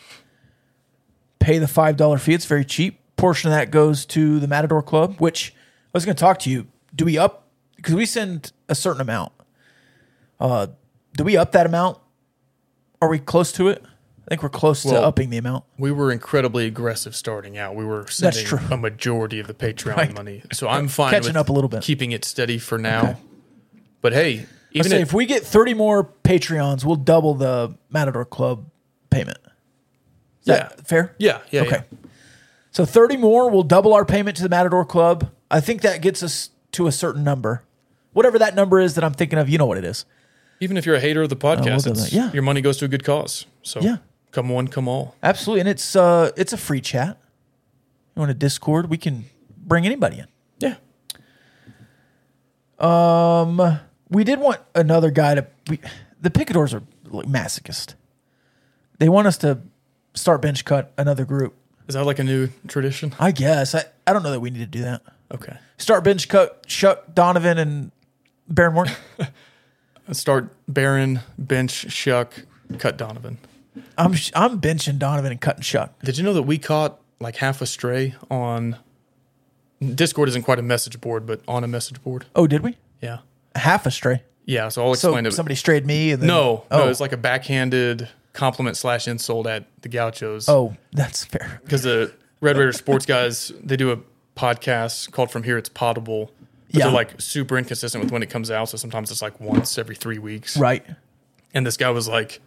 S7: pay the $5 fee. It's very cheap. Portion of that goes to the Matador Club, which I was going to talk to you. Do we up? Because we send a certain amount. Uh, do we up that amount? Are we close to it? I think we're close
S8: Well,
S7: to upping the amount.
S8: We were incredibly aggressive starting out. We were
S7: That's
S8: sending
S7: true.
S8: a majority of the Patreon
S7: Right.
S8: money. So I'm fine
S7: Catching
S8: with
S7: up a little bit.
S8: keeping it steady for now. But hey,
S7: Let's
S8: even
S7: say
S8: if,
S7: if we get 30 more Patreons, we'll double the Matador Club payment. Is
S8: Yeah.
S7: that fair?
S8: Yeah, yeah.
S7: Okay.
S8: Okay.
S7: So 30 more will double our payment to the Matador Club. I think that gets us to a certain number. Whatever that number is that I'm thinking of, you know what it is.
S8: Even if you're a hater of the
S7: we'll
S8: podcast,
S7: do
S8: it's-
S7: that. Yeah.
S8: your money goes to a good cause. So
S7: Yeah.
S8: come one, come all.
S7: Absolutely. And it's uh it's a free chat. You want a Discord? We can bring anybody in.
S8: Yeah.
S7: Um, We did want another guy to we, the picadors are like masochist. They want us to start bench cut another group.
S8: Is that like a new tradition?
S7: I guess. I, I don't know that we need to do that.
S8: *laughs* Okay.
S7: Start bench cut Chuck Donovan and Baron
S8: *laughs*
S7: Morton.
S8: Let's start Baron, bench, Shuck, cut Donovan.
S7: I'm I'm benching Donovan and cutting Chuck.
S8: Did you know that we caught like half a stray on Discord isn't quite a message board, but on a message board.
S7: Oh, did we?
S8: Yeah.
S7: Half a stray.
S8: Yeah. So I'll
S7: So
S8: explain it.
S7: somebody strayed me and then
S8: no,
S7: oh,
S8: no, it's like a backhanded compliment slash insult at the gauchos.
S7: oh, that's fair.
S8: because the Red Raider sports guys they do a podcast called From Here It's Potable. But
S7: Yeah.
S8: They're like super inconsistent with when it comes out, so sometimes it's like once every three weeks.
S7: Right.
S8: And this guy was like,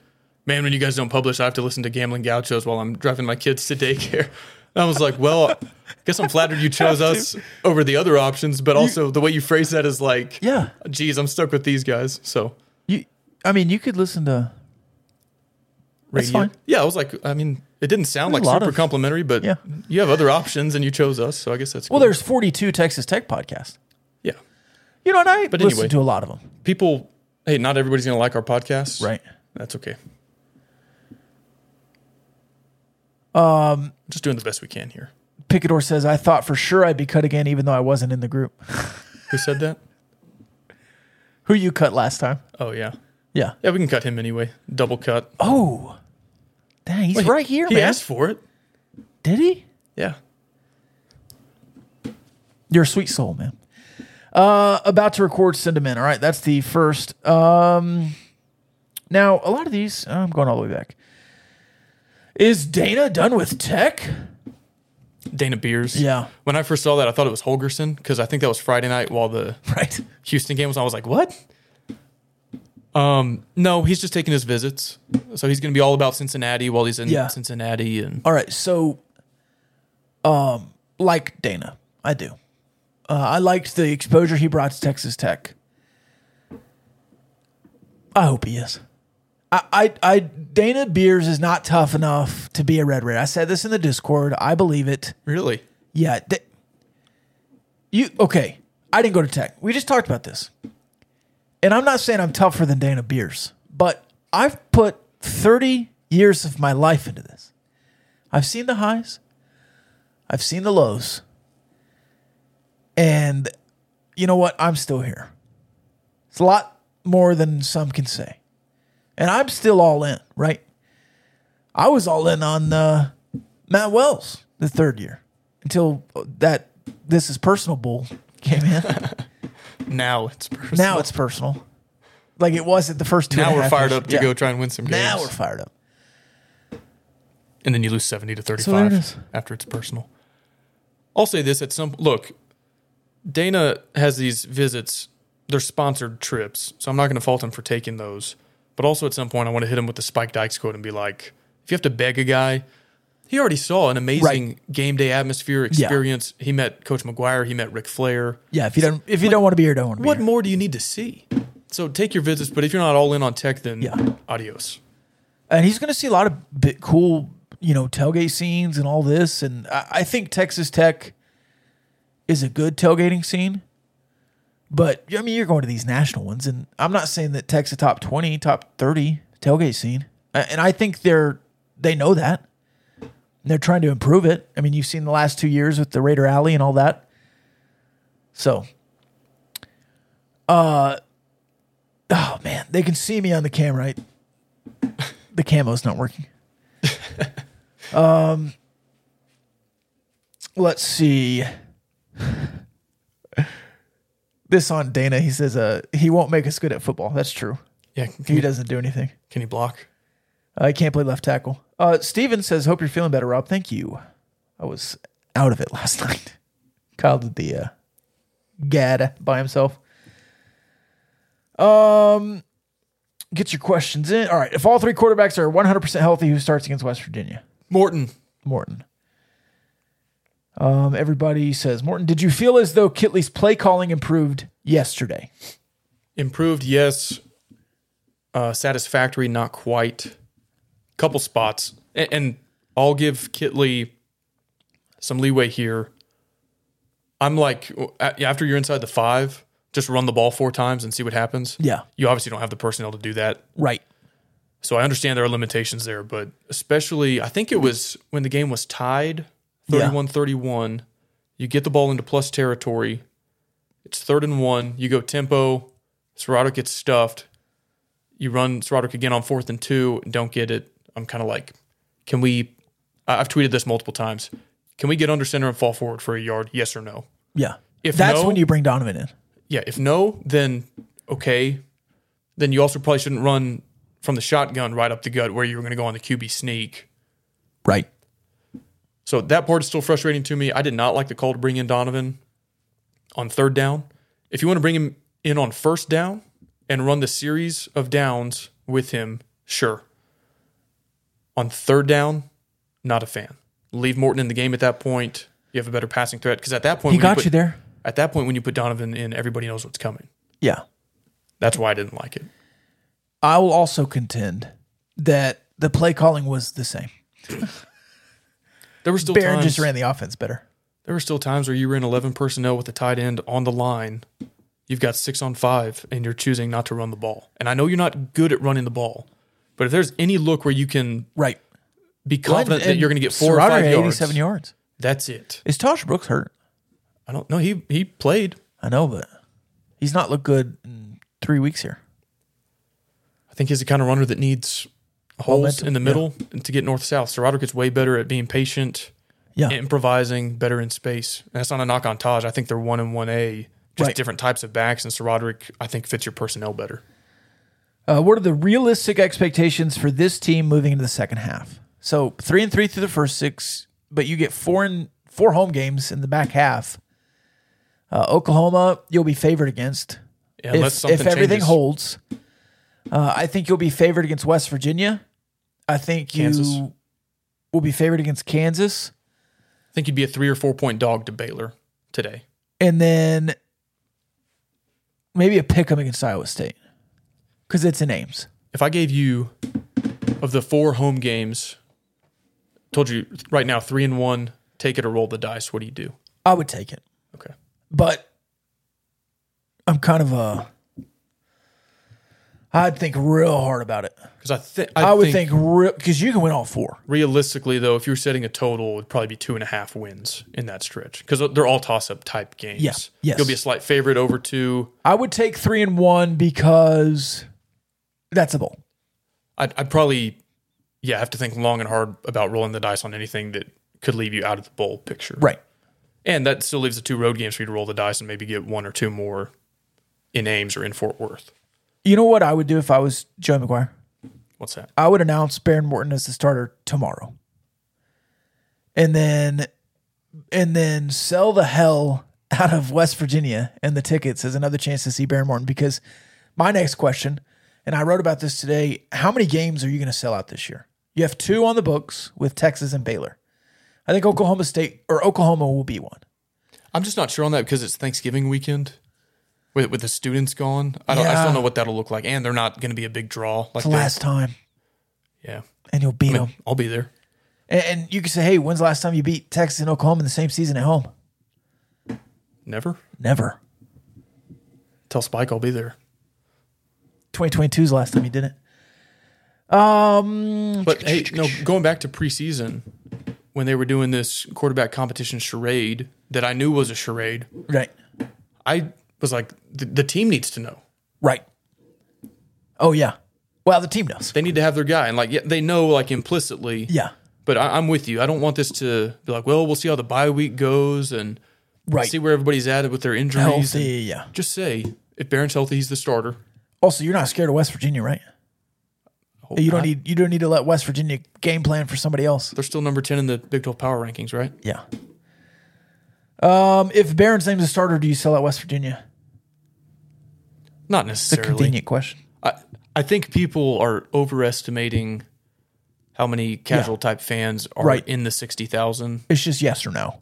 S8: "Man, when you guys don't publish, I have to listen to Gambling Gauchos while I'm driving my kids to daycare." And I was like, "Well, guess
S7: *laughs*
S8: I'm flattered you chose us over the other options, but also the way you phrase that is like,
S7: Yeah.
S8: geez, I'm stuck with these guys." So
S7: You. I mean, you could listen to. That's
S8: radio-
S7: fine.
S8: Yeah, I was like, I mean, it didn't sound
S7: There's a
S8: like
S7: lot
S8: super
S7: of-
S8: complimentary, but
S7: Yeah.
S8: you have other options and you chose us, so I guess that's
S7: Well,
S8: cool.
S7: there's 42 Texas Tech podcasts.
S8: yeah.
S7: You know, and I
S8: But
S7: listen
S8: anyway.
S7: to a lot of them.
S8: people hey not everybody's gonna like our podcast
S7: Right.
S8: that's okay um Um, just doing the best we can here
S7: Picador says, "I thought for sure I'd be cut again, even though I wasn't in the group." *laughs*
S8: who said that
S7: Who you cut last time?
S8: oh yeah
S7: Yeah.
S8: yeah we can cut him anyway double cut
S7: Oh, dang, he's right here,
S8: he
S7: man.
S8: asked for it
S7: Did he?
S8: yeah
S7: You're a sweet soul, man. Uh, about to record, send them in. All right, that's the first. Um, now a lot of these, I'm going all the way back. Is Dana done with tech? *laughs*
S8: dana beers
S7: Yeah.
S8: when i first saw that i thought it was holgerson because i think that was friday night while
S7: *laughs*
S8: the
S7: Right.
S8: houston game was on. i was like what um no he's just taking his visits so he's gonna be all about cincinnati while he's in
S7: Yeah.
S8: cincinnati and
S7: All right. So, um, like Dana, I do. Uh, I liked the exposure he brought to Texas Tech. I hope he is. I, I, I Dana Beers is not tough enough to be a Red Raider. I said this in the Discord. I believe it.
S8: really
S7: Yeah. th- you okay? I didn't go to tech. We just talked about this, and I'm not saying I'm tougher than Dana Beers, but I've put 30 years of my life into this. I've seen the highs, I've seen the lows, and you know what? I'm still here. It's a lot more than some can say, and I'm still all in. Right? I was all in on uh, Matt Wells the third year until that
S8: *laughs*
S7: this is personal bull came in.
S8: now it's personal.
S7: now it's personal. like it was at the first two.
S8: Now
S7: and a
S8: we're
S7: half
S8: fired
S7: years.
S8: up to
S7: Yeah.
S8: go try and win some games.
S7: Now we're fired up.
S8: and then you lose 70 to
S7: there it
S8: 35
S7: is.
S8: after it's personal. I'll say this at some look, Dana has these visits, they're sponsored trips, so I'm not going to fault him for taking those. But also at some point, I want to hit him with the Spike Dykes quote and be like, if you have to beg a guy, he already saw an amazing game day atmosphere experience. He met Coach McGuire, he met Ric Flair.
S7: Yeah, if you don't if you don't want to be here, don't want to be
S8: What
S7: here.
S8: more do you need to see? So take your visits, but if you're not all in on tech, then
S7: Yeah.
S8: adios.
S7: and he's going to see a lot of bit cool, you know, tailgate scenes and all this. And I, I think Texas Tech is a good tailgating scene, but I mean, you're going to these national ones, and I'm not saying that Tech's a top twenty, top thirty tailgate scene, A- and I think they're they know that. And They're trying to improve it. I mean, you've seen the last two years with the Raider Alley and all that. So, uh, oh man, they can see me on the camera. I, the camo's not working. um, let's see. This on Dana, he says, uh, he won't make us good at football. That's true.
S8: Yeah, can,
S7: He
S8: he
S7: doesn't do anything.
S8: can he block?
S7: I can't play left tackle. Uh, Steven says, hope you're feeling better, Rob. Thank you. I was out of it *laughs* last night. Kyle did the uh, gad by himself. Um, get your questions in. All right. If all three quarterbacks are 100% healthy, who starts against West Virginia?
S8: Morton.
S7: Morton. Um, everybody says, Morton, did you feel as though Kitley's play calling improved yesterday?
S8: Improved, yes. Uh, satisfactory, not quite. Couple spots, and, and I'll give Kitley some leeway here. I'm like, a- after you're inside the five, just run the ball four times and see what happens.
S7: Yeah.
S8: you obviously don't have the personnel to do that,
S7: Right.
S8: so I understand there are limitations there. But especially, I think it was when the game was tied,
S7: Yeah.
S8: 31-31. You get the ball into plus territory. It's third and one. You go tempo. Serrato gets stuffed. You run Serrato again on fourth and two. and Don't get it. I'm kind of like, can we? I- I've tweeted this multiple times. Can we get under center and fall forward for a yard? Yes or no?
S7: Yeah.
S8: If
S7: That's
S8: no-
S7: when you bring Donovan in.
S8: Yeah. If no, then okay. Then you also probably shouldn't run from the shotgun right up the gut where you were going to go on the QB sneak.
S7: Right.
S8: So that part is still frustrating to me. I did not like the call to bring in Donovan on third down. If you want to bring him in on first down and run the series of downs with him, sure. On third down, not a fan. Leave Morton in the game at that point. You have a better passing threat because at that point
S7: He
S8: when
S7: got
S8: put-
S7: you there.
S8: At that point, when you put Donovan in, everybody knows what's coming.
S7: Yeah.
S8: That's why I didn't like it.
S7: I will also contend that the play calling was the same.
S8: There were still
S7: Barron
S8: times,
S7: just ran the offense better.
S8: There were still times where you were in 11 personnel with the tight end on the line. You've got six on five, and you're choosing not to run the ball. And I know you're not good at running the ball, but if there's any look where you can
S7: Right.
S8: be confident that you're going to get four or five yards,
S7: 87 yards.
S8: that's it.
S7: Is Tosh Brooks hurt?
S8: I don't know. He he played.
S7: I know, but he's not looked good in three weeks here.
S8: I think he's the kind of runner that needs holes
S7: Momentum,
S8: in the middle to get north south. So Roderick gets way better at being patient,
S7: Yeah.
S8: improvising, better in space. And that's not a knock on Taj. I think they're one and one A, just
S7: Right.
S8: different types of backs. And Sir Roderick, I think, fits your personnel better.
S7: Uh, what are the realistic expectations for this team moving into the second half? So three and three through the first six, but you get four and four home games in the back half. Uh, Oklahoma, you'll be favored against
S8: Yeah,
S7: if,
S8: unless something
S7: if everything
S8: changes.
S7: holds. Uh, I think you'll be favored against West Virginia. I think
S8: Kansas.
S7: you will be favored against Kansas,
S8: I think you'd be a three or four point dog to Baylor today.
S7: and then maybe a pick 'em against Iowa State because it's in Ames.
S8: If I gave you of the four home games, told you right now three and one, take it or roll the dice. What do you do?
S7: I would take it.
S8: Okay,
S7: but I'm kind of uh I'd think real hard about it.
S8: because I think
S7: I, would think, real because you can win all four.
S8: realistically though, if you were setting a total, it would probably be two and a half wins in that stretch because they're all toss up type games.
S7: Yeah, yes.
S8: you'll be a slight favorite over two.
S7: I would take three and one because that's a bowl.
S8: I'd, I'd probably yeah have to think long and hard about rolling the dice on anything that could leave you out of the bowl picture.
S7: Right.
S8: And that still leaves the two road games for you to roll the dice and maybe get one or two more in Ames or in Fort Worth.
S7: You know what I would do if I was Joe McGuire?
S8: What's that?
S7: I would announce Baron Morton as the starter tomorrow. And then and then sell the hell *laughs* out of West Virginia and the tickets as another chance to see Baron Morton because my next question, and I wrote about this today, how many games are you going to sell out this year? You have two on the books with Texas and Baylor. I think Oklahoma State or Oklahoma will be one.
S8: I'm just not sure on that because it's Thanksgiving weekend. With, with the students gone, I don't. I
S7: Yeah.
S8: still don't know what that'll look like, and they're not going to be a big draw like
S7: It's the
S8: that.
S7: last time
S8: Yeah,
S7: and you'll beat
S8: I mean,
S7: them.
S8: I'll be there.
S7: And, and you can say, "Hey, when's the last time you beat Texas and Oklahoma in the same season at home?"
S8: Never
S7: Never.
S8: tell Spike I'll be there.
S7: 2022 is the last time you did Um, it.
S8: But hey, no, going back to preseason when they were doing this quarterback competition charade that I knew was a charade,
S7: Right.
S8: I was like, the, the team needs to know.
S7: Right. Oh yeah. Well, the team knows.
S8: They need to have their guy, and like, yeah, they know like implicitly.
S7: Yeah.
S8: But I, I'm with you. I don't want this to be like, well, we'll see how the bye week goes and
S7: Right.
S8: see where everybody's at with their injuries. and-
S7: Healthy. Yeah.
S8: Just say if Barron's healthy, he's the starter.
S7: Also, you're not scared of West Virginia, right?
S8: Oh,
S7: You don't need you don't need to let West Virginia game plan for somebody else.
S8: They're still number ten in the Big Twelve power rankings, right?
S7: Yeah. Um, if Barron's name's a starter, do you sell out West Virginia?
S8: Not
S7: It's a
S8: necessarily.
S7: convenient question.
S8: I, I think people are overestimating how many casual type fans are
S7: Right.
S8: in the sixty thousand.
S7: It's just yes or no.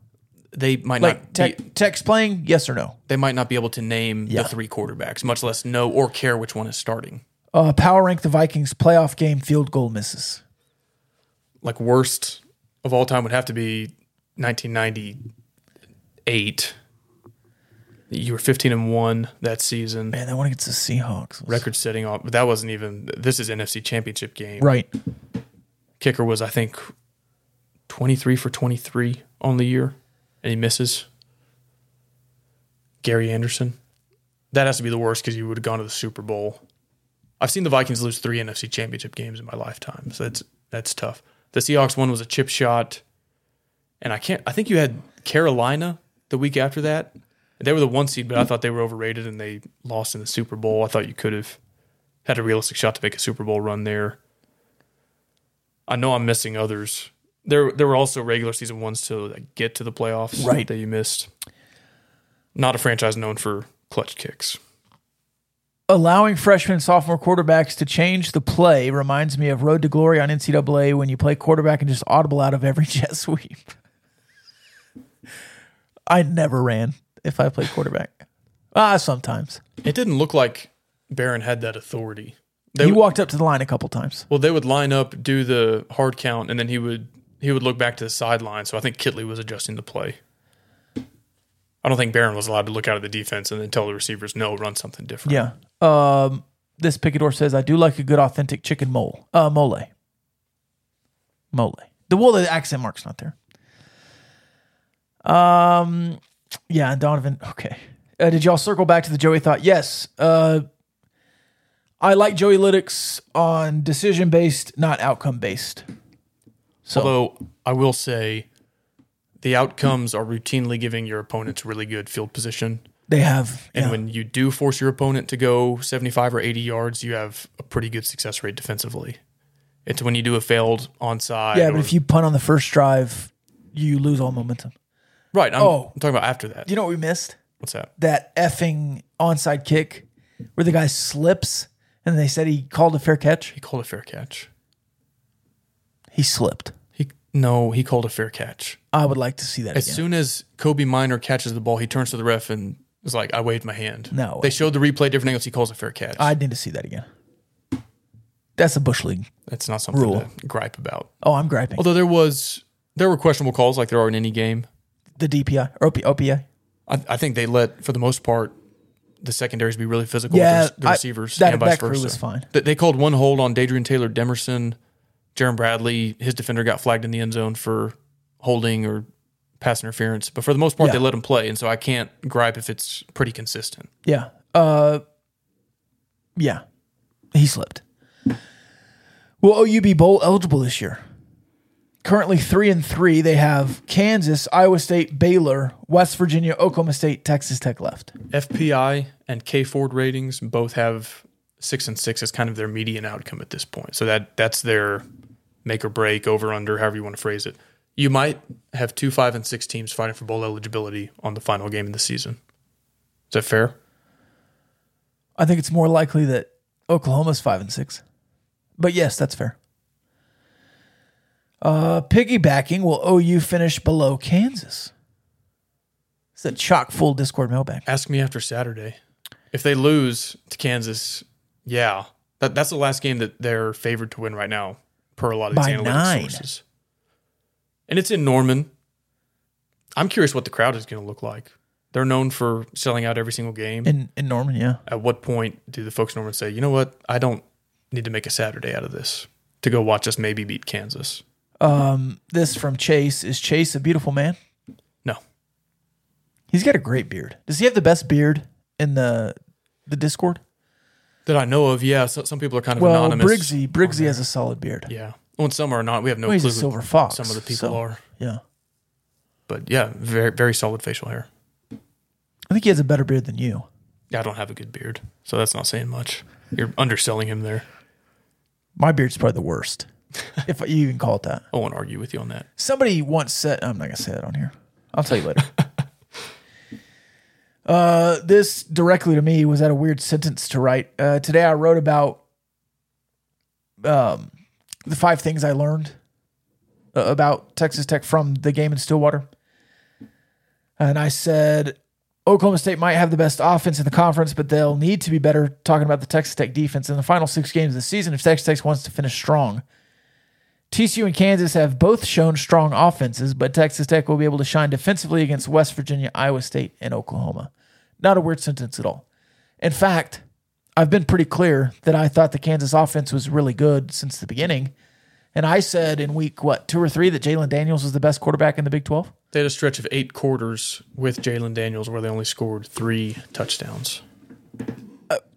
S8: They might
S7: Like
S8: not
S7: tech,
S8: be,
S7: Tech's playing, yes or no.
S8: they might not be able to name
S7: Yeah.
S8: the three quarterbacks, much less know or care which one is starting.
S7: Uh, power rank the Vikings playoff game field goal misses.
S8: Like worst of all time would have to be nineteen ninety eight. You were fifteen and one that season.
S7: Man, that one against the Seahawks. was-
S8: Record setting off, but that wasn't even. This is NFC Championship game.
S7: Right.
S8: kicker was I think 23 for 23 on the year and he misses Gary Anderson. That has to be the worst cuz you would have gone to the Super Bowl. I've seen the Vikings lose 3 NFC Championship games in my lifetime. So that's that's tough. The Seahawks one was a chip shot and I can't I think you had Carolina the week after that. They were the one seed, but I thought they were overrated and they lost in the Super Bowl. I thought you could have had a realistic shot to make a Super Bowl run there. I know I'm missing others. There, there were also regular season ones to like, get to the playoffs
S7: Right.
S8: that you missed. Not a franchise known for clutch kicks.
S7: Allowing freshmen and sophomore quarterbacks to change the play reminds me of Road to Glory on NCAA when you play quarterback and just audible out of every *laughs* jet sweep. I never ran if I played quarterback. Ah, sometimes.
S8: It didn't look like Barron had that authority. They
S7: He
S8: would,
S7: walked up to the line a couple times.
S8: well, they would line up, do the hard count, and then he would he would look back to the sideline. So I think Kitley was adjusting the play. I don't think Barron was allowed to look out at the defense and then tell the receivers, "No, run something different."
S7: Yeah. Um, this picador says, I do like a good authentic chicken mole. Uh, mole. Mole. The well, the accent mark's not there. Um, yeah, and Donovan. Okay. Uh, did y'all circle back to the Joey thought? Yes. Uh, I like Joey Lytics on decision based, not outcome based. So
S8: Although I will say, the outcomes are routinely giving your opponents really good field position.
S7: they have.
S8: And
S7: yeah.
S8: when you do force your opponent to go 75 or 80 yards, you have a pretty good success rate defensively. It's when you do a failed onside.
S7: yeah,
S8: or-
S7: but if you punt on the first drive, you lose all momentum.
S8: right, I'm,
S7: Oh.
S8: I'm talking about after that.
S7: You know what we missed?
S8: What's that?
S7: that effing onside kick where the guy slips and they said he called a fair catch.
S8: He called a fair catch.
S7: He slipped.
S8: He no, he called a fair catch.
S7: I would like to see that
S8: As
S7: again.
S8: soon as Kobe Minor catches the ball, he turns to the ref and is like, "I waved my hand."
S7: No way.
S8: they showed the replay different angles. He calls a fair catch.
S7: I need to see that again. That's a bush league.
S8: That's not something
S7: Rule.
S8: to gripe about.
S7: Oh, I'm griping.
S8: Although there was there were questionable calls like there are in any game.
S7: the DPI or OP, OPI.
S8: I, I think they let, for the most part, the secondaries be really physical
S7: Yeah,
S8: with the, the
S7: I-
S8: receivers
S7: that-
S8: and vice
S7: that crew
S8: versa.
S7: was fine.
S8: They, they called one hold on Dadrian Taylor Demerson. Jaron Bradley, his defender got flagged in the end zone for holding or pass interference. But for the most part,
S7: Yeah.
S8: they let him play. And so I can't gripe if it's pretty consistent.
S7: Yeah. Uh, yeah. He slipped. Will OUB bowl eligible this year? Currently three and three. They have Kansas, Iowa State, Baylor, West Virginia, Oklahoma State, Texas Tech left.
S8: FPI and K Ford ratings both have six and six is kind of their median outcome at this point. So that that's their make or break, over under, however you want to phrase it. You might have two five and six teams fighting for bowl eligibility on the final game of the season. Is that fair?
S7: I think it's more likely that Oklahoma's five and six. But yes, that's fair. Uh, piggybacking, will OU finish below Kansas? It's a chock full Discord mailbag.
S8: Ask me after Saturday. If they lose to Kansas, yeah, that, that's the last game that they're favored to win right now, per a lot of these
S7: By
S8: analytics
S7: nine.
S8: sources. And it's in Norman. I'm curious what the crowd is going to look like. They're known for selling out every single game.
S7: In in Norman, yeah.
S8: At what point do the folks in Norman say, you know what, I don't need to make a Saturday out of this to go watch us maybe beat Kansas?
S7: Um, this from Chase. Is Chase a beautiful man?
S8: No,
S7: He's got a great beard. Does he have the best beard in the the Discord?
S8: that I know of. Yeah, so, some people are kind of
S7: Well,
S8: anonymous.
S7: Briggsy Briggsy has a solid beard.
S8: Yeah. Well, and some are not. We have no
S7: Well, he's
S8: clue.
S7: a
S8: who
S7: silver fox.
S8: Some of the people
S7: so,
S8: are.
S7: Yeah.
S8: But yeah, very very solid facial hair.
S7: I think he has a better beard than you.
S8: Yeah, I don't have a good beard, so that's not saying much. You're underselling him there.
S7: My beard's probably the worst,
S8: *laughs*
S7: if you even call it that.
S8: I won't argue with you on that.
S7: Somebody once said, I'm not going to say that on here. I'll tell you later. uh, this directly to me was that a weird sentence to write. Uh, today I wrote about um, the five things I learned uh, about Texas Tech from the game in Stillwater. And I said, Oklahoma State might have the best offense in the conference, but they'll need to be better talking about the Texas Tech defense in the final six games of the season if Texas Tech wants to finish strong. TCU and Kansas have both shown strong offenses, but Texas Tech will be able to shine defensively against West Virginia, Iowa State, and Oklahoma. Not a weird sentence at all. In fact, I've been pretty clear that I thought the Kansas offense was really good since the beginning. And I said in week, what, two or three, that Jalen Daniels was the best quarterback in the Big 12?
S8: They had a stretch of eight quarters with Jalen Daniels where they only scored three touchdowns.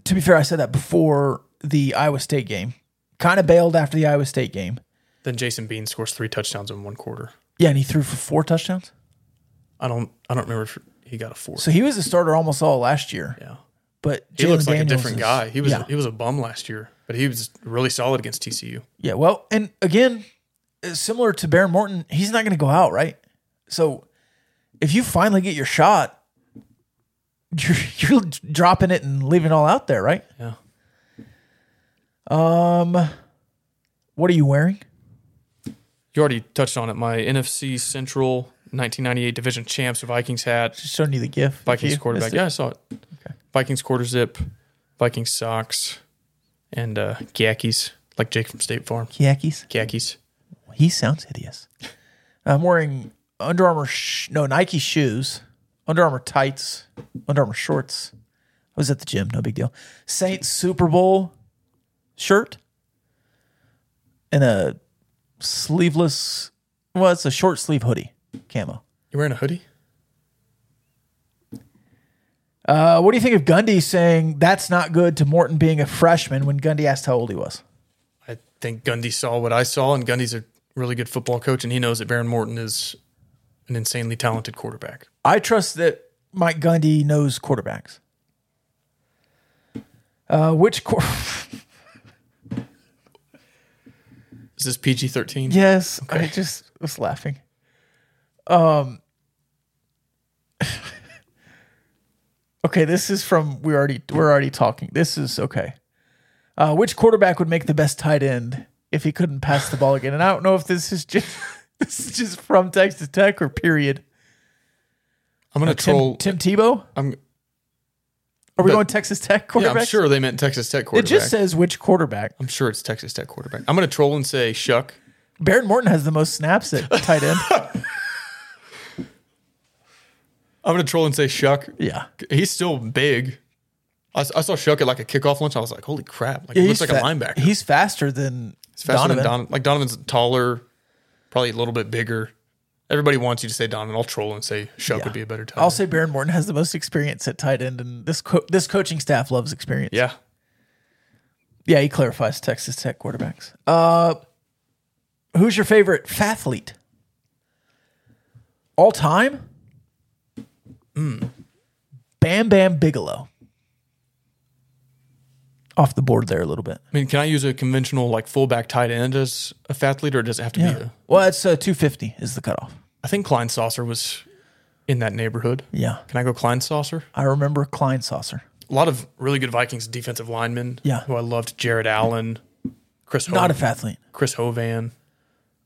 S7: to be fair, I said that before the Iowa State game. Kind of bailed after the Iowa State game.
S8: Then Jason Bean scores three touchdowns in one quarter.
S7: Yeah, and he threw for four touchdowns.
S8: I don't I don't remember if he got a four.
S7: So he was a starter almost all last year.
S8: yeah.
S7: But
S8: He
S7: Jalen
S8: looks like
S7: Daniels
S8: a different
S7: is-
S8: guy. He was
S7: yeah.
S8: he was a bum last year, but he was really solid against TCU.
S7: Yeah, well, and again, uh, similar to Baron Morton, he's not going to go out, right? So if you finally get your shot, you're, *laughs* you're dropping it and leaving it all out there, right?
S8: Yeah.
S7: What are you wearing?
S8: You already touched on it. My NFC Central 1998 division champs Vikings hat.
S7: Just showing you the GIF.
S8: Vikings
S7: You missed
S8: quarterback.
S7: it.
S8: Yeah, I saw it. Vikings quarter zip, Vikings socks, and uh, khakis, like Jake from State Farm.
S7: Khakis.
S8: Khakis.
S7: He sounds hideous. I'm wearing Under Armour, sh- no, Nike shoes, Under Armour tights, Under Armour shorts. I was at the gym, no big deal. Saints Super Bowl shirt and a sleeveless, well, it's a short sleeve hoodie, camo.
S8: You wearing a hoodie?
S7: Uh, what do you think of Gundy saying that's not good to Morton being a freshman when Gundy asked how old he was?
S8: I think Gundy saw what I saw, and Gundy's a really good football coach, and he knows that Baron Morton is an insanely talented quarterback.
S7: I trust that Mike Gundy knows quarterbacks. Uh, which quar *laughs*
S8: Is this PG 13?
S7: Yes, I just was laughing. Um, *laughs* okay, this is from we already we're already talking. This is okay. Uh, which quarterback would make the best tight end if he couldn't pass the ball again? And I don't know if this is just *laughs* this is just from Texas Tech or period. Uh,
S8: I'm going to troll.
S7: Tim, Tim Tebow?
S8: I'm,
S7: Are we
S8: but-
S7: going Texas Tech
S8: yeah,
S7: quarterback?
S8: I'm sure they meant Texas Tech
S7: It
S8: quarterback.
S7: just says which quarterback.
S8: I'm sure it's Texas Tech quarterback. I'm going to troll and say Shuck.
S7: Baron Morton has the most snaps
S8: *laughs*
S7: at tight end.
S8: I'm going to troll and say Shuck.
S7: yeah.
S8: He's still big. I, s- I saw Shuck at like a kickoff lunch. I was like, holy crap. Like, he looks
S7: he's
S8: like a
S7: fa-
S8: linebacker.
S7: He's faster than
S8: It's faster
S7: Donovan.
S8: than Donovan. Like Donovan's taller, probably a little bit bigger. Everybody wants you to say Donovan. I'll troll and say Shuck
S7: Yeah.
S8: would be a better tight
S7: I'll
S8: end.
S7: say Baron Morton has the most experience at tight end, and this co- this coaching staff loves experience.
S8: Yeah.
S7: yeah. He clarifies Texas Tech quarterbacks. Uh, who's your favorite fathlete all time? Hmm. Bam Bam Bigelow. off the board there a little bit.
S8: I mean, can I use a conventional like fullback tight end as a fat leader? Or does it have to be a?
S7: Well, it's uh, 250 is the cutoff.
S8: I think Klein Saucer was in that neighborhood.
S7: Yeah.
S8: Can I go Klein Saucer?
S7: I remember Klein Saucer.
S8: A lot of really good Vikings defensive linemen.
S7: Yeah.
S8: Who I loved: Jared Allen, Chris Ho-
S7: Not a fathlete.
S8: Chris Hovan,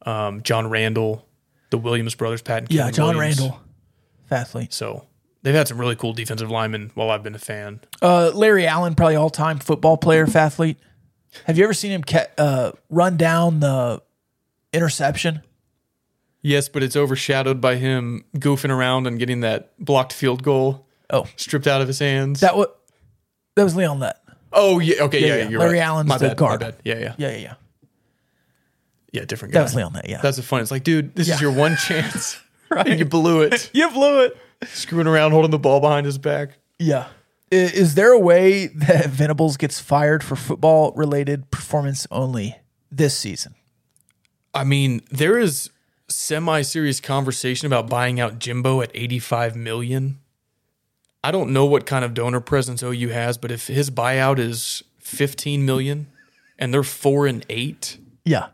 S8: um, John Randall, the Williams brothers, Pat. And
S7: Yeah,
S8: Kevin
S7: John
S8: Williams.
S7: Randall. Fathlete.
S8: So they've had some really cool defensive linemen. While I've been a fan,
S7: Uh, Larry Allen, probably all time football player, fathlete. Have you ever seen him ca- uh, run down the interception?
S8: yes, but it's overshadowed by him goofing around and getting that blocked field goal
S7: Oh,
S8: stripped out of his hands.
S7: that what? That was Leon Lett.
S8: oh yeah, okay, yeah,
S7: yeah,
S8: yeah.
S7: yeah.
S8: You're
S7: Larry
S8: right.
S7: Allen's
S8: my
S7: the
S8: bad,
S7: guard.
S8: My bad. Yeah, yeah, yeah,
S7: Yeah, yeah, yeah.
S8: different guy.
S7: That was Leon Lett. Yeah,
S8: That's the fun. It's like, dude, this
S7: Yeah.
S8: is your
S7: *laughs*
S8: one chance. *laughs* right, and you blew it.
S7: you blew it.
S8: Screwing around, holding the ball behind his back.
S7: Yeah. I- Is there a way that Venables gets fired for football related performance only this season?
S8: I mean, there is semi-serious conversation about buying out Jimbo at 85 million. I don't know what kind of donor presence OU has, but if his buyout is 15 million and they're 4 and 8
S7: Yeah.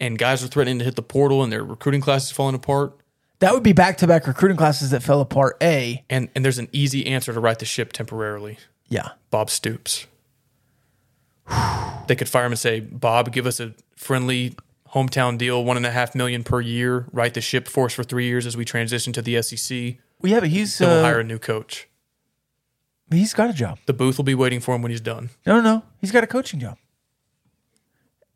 S8: and guys are threatening to hit the portal and their recruiting class is falling apart
S7: That would be back to back recruiting classes that fell apart. A.
S8: and and there's an easy answer to right the ship temporarily.
S7: Yeah.
S8: Bob Stoops. they could fire him and say, Bob, give us a friendly hometown deal, one and a half million per year, right the ship for us for three years as we transition to the SEC.
S7: We have a he's
S8: Then we'll hire
S7: uh,
S8: a new coach.
S7: he's got a job.
S8: The booth will be waiting for him when he's done.
S7: No, no, no. He's got a coaching job.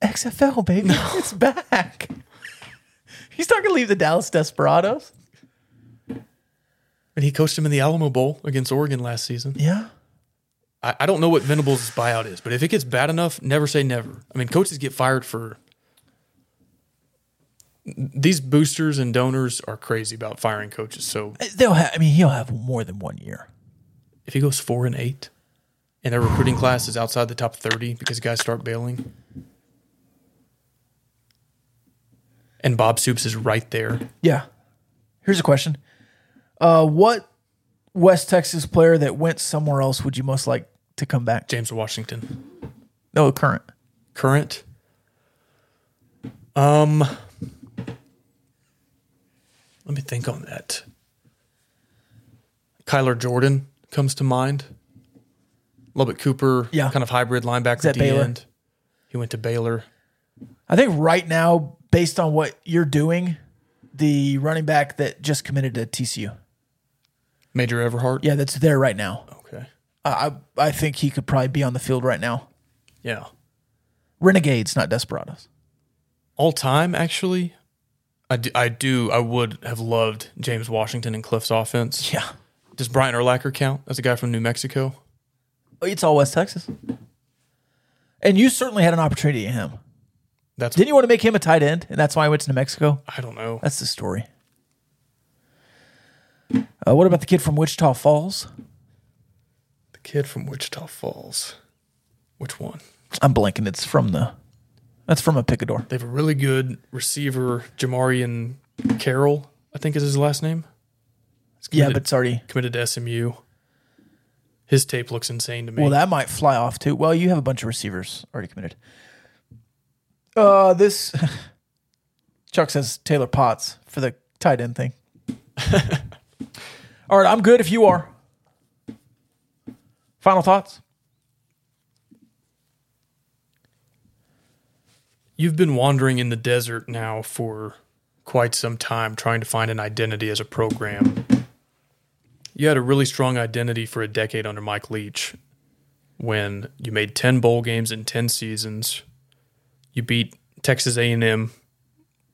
S7: XFL, baby. It's back. *laughs* He's not gonna leave the Dallas Desperados.
S8: And he coached him in the Alamo Bowl against Oregon last season.
S7: Yeah.
S8: I, I don't know what Venables' buyout is, but if it gets bad enough, never say never. I mean, coaches get fired for. These boosters and donors are crazy about firing coaches. So
S7: They'll have I mean, he'll have more than one year.
S8: if he goes four and eight and their recruiting class is outside the top 30 because guys start bailing and bob soups is right there
S7: Yeah. Here's a question. Uh, what West Texas player that went somewhere else would you most like to come back?
S8: james washington
S7: No, current.
S8: current um let me think on that kyler jordan comes to mind Lubbock Cooper,
S7: Yeah.
S8: kind of hybrid linebacker
S7: that
S8: D
S7: Baylor?
S8: end. He went to Baylor.
S7: I think right now, based on what you're doing, the running back that just committed to TCU.
S8: Major Everhart.
S7: Yeah, that's there right now.
S8: Okay.
S7: I I I think he could probably be on the field right now.
S8: Yeah.
S7: Renegades, not Desperados.
S8: all time actually I do, I do I would have loved James Washington and Cliff's offense.
S7: Yeah.
S8: Does Brian Urlacher count as a guy from New Mexico?
S7: It's all Oh, West Texas. And you certainly had an opportunity to him.
S8: That's
S7: Didn't you want to make him a tight end? And that's why I went to New Mexico?
S8: I don't know.
S7: That's the story. Uh, what about the kid from Wichita Falls?
S8: The kid from Wichita Falls. Which one?
S7: I'm blanking. It's from the. That's from a picador.
S8: They have a really good receiver, Jamarian Carroll, I think is his last name. He's
S7: Yeah,
S8: committed-
S7: but it's already.
S8: committed to SMU. His tape looks insane to me.
S7: Well, that might fly off too. Well, you have a bunch of receivers already committed. Uh, this. *laughs* Chuck says Taylor Potts for the tight end *laughs* thing. All right, I'm good if you are. Final thoughts?
S8: You've been wandering in the desert now for quite some time trying to find an identity as a program. You had a really strong identity for a decade under Mike Leach when you made 10 bowl games in 10 seasons. You beat Texas A&M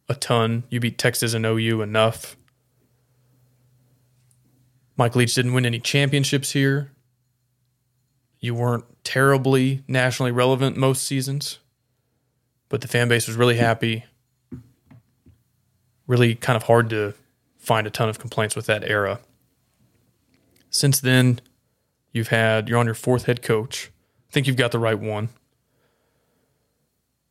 S8: a ton. You beat Texas and OU enough. Mike Leach didn't win any championships here. You weren't terribly nationally relevant most seasons but the fan base was really happy. Really kind of hard to find a ton of complaints with that era. Since then, you've had you're on your fourth head coach. I think you've got the right one.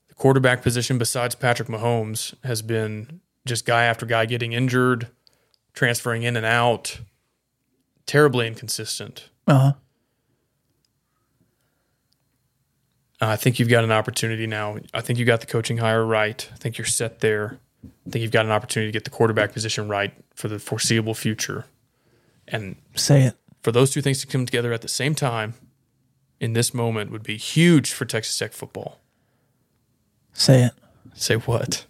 S8: The quarterback position besides Patrick Mahomes has been just guy after guy getting injured, transferring in and out, terribly inconsistent.
S7: Uh huh.
S8: I think you've got an opportunity now. I think you got the coaching hire right. I think you're set there. I think you've got an opportunity to get the quarterback position right for the foreseeable future. And
S7: Say it.
S8: for those two things to come together at the same time in this moment would be huge for Texas Tech football.
S7: Say it.
S8: Say what?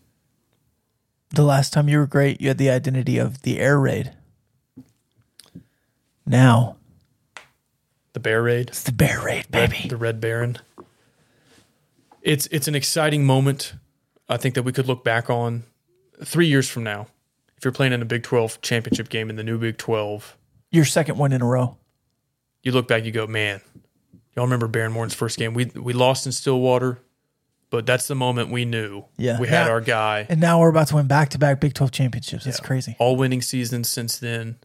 S7: The last time you were great, you had the identity of the air raid. Now
S8: The Bear Raid?
S7: it's the bear raid, baby.
S8: the Red Baron. It's it's an exciting moment. I think that we could look back on three years from now. If you're playing in a Big 12 championship game in the new Big 12,
S7: Your second one in a row.
S8: you look back, you go, man, y'all remember Baron Morton's first game? We we lost in Stillwater, but that's the moment we knew.
S7: Yeah.
S8: we had
S7: Now-
S8: our guy.
S7: And now we're about to win back to back Big 12 championships. That's crazy.
S8: All winning seasons since then.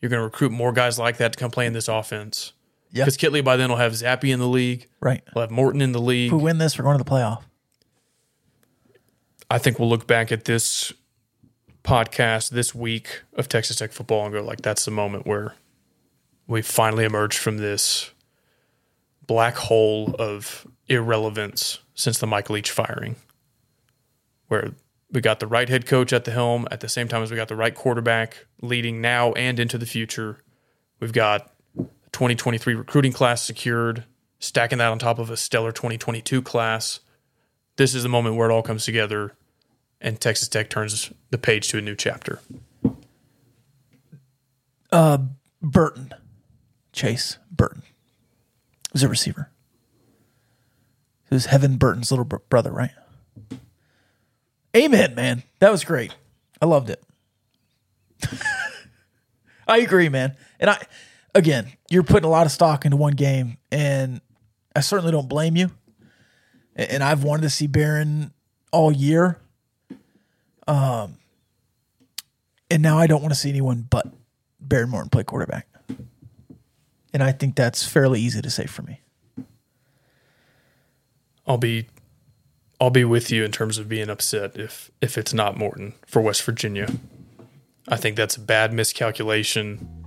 S8: You're going to recruit more guys like that to come play in this offense.
S7: Yeah.
S8: Because Kitley by then will have Zappy in the league.
S7: Right.
S8: We'll have Morton in the league.
S7: If we win this, we're going to the playoff.
S8: I think we'll look back at this podcast this week of Texas Tech football and go like that's the moment where we finally emerged from this black hole of irrelevance since the Mike Leach firing where we got the right head coach at the helm at the same time as we got the right quarterback leading now and into the future. We've got 2023 recruiting class secured, stacking that on top of a stellar 2022 class this is the moment where it all comes together and Texas Tech turns the page to a new chapter.
S7: Burton. Chase Burton. Who's a receiver. Who's Heaven Burton's little br- brother, right? Amen, man. That was great. I loved it. *laughs* I agree, man. And I again, you're putting a lot of stock into one game and I certainly don't blame you. A- And I've wanted to see Barron all year. Um and now I don't want to see anyone but Baron Morton play quarterback. And I think that's fairly easy to say for me.
S8: I'll be I'll be with you in terms of being upset if if it's not Morton for West Virginia. I think that's a bad miscalculation.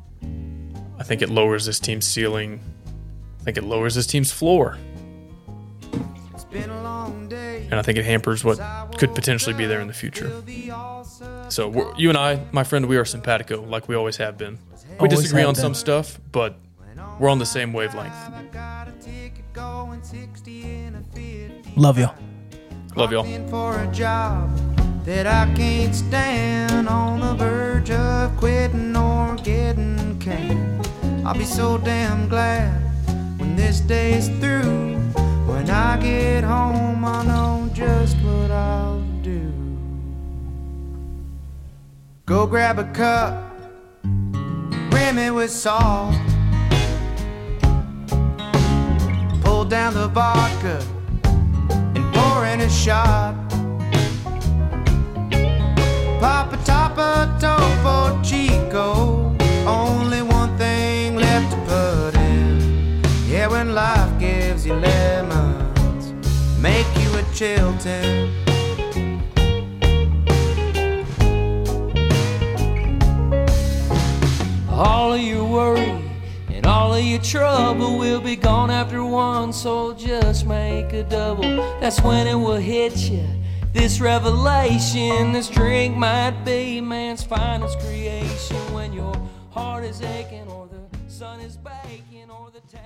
S8: I think it lowers this team's ceiling. I think it lowers this team's floor. And I think it hampers what could potentially be there in the future. So we're, you and I, my friend, we are simpatico, like we always have been. We
S7: Always
S8: disagree
S7: have
S8: on
S7: been.
S8: some stuff, but we're on the same wavelength.
S7: Love y'all.
S8: Love y'all.
S9: for a job that I can't stand on the verge of quitting or getting canned. I'll be so damn glad when this day's through. When I get home, I know just what I'll do. Go grab a cup, rim it with salt. Pull down the vodka and pouring a shot. Papa Tapa Topo Chico. Only one thing left to put in. Yeah, when life gives you lemons, make you a Chilton.
S10: All of your worry and all of your trouble will be gone after one, so just make a double. That's when it will hit you. This revelation, this drink might be man's finest creation when your heart is aching or the sun is baking or the town.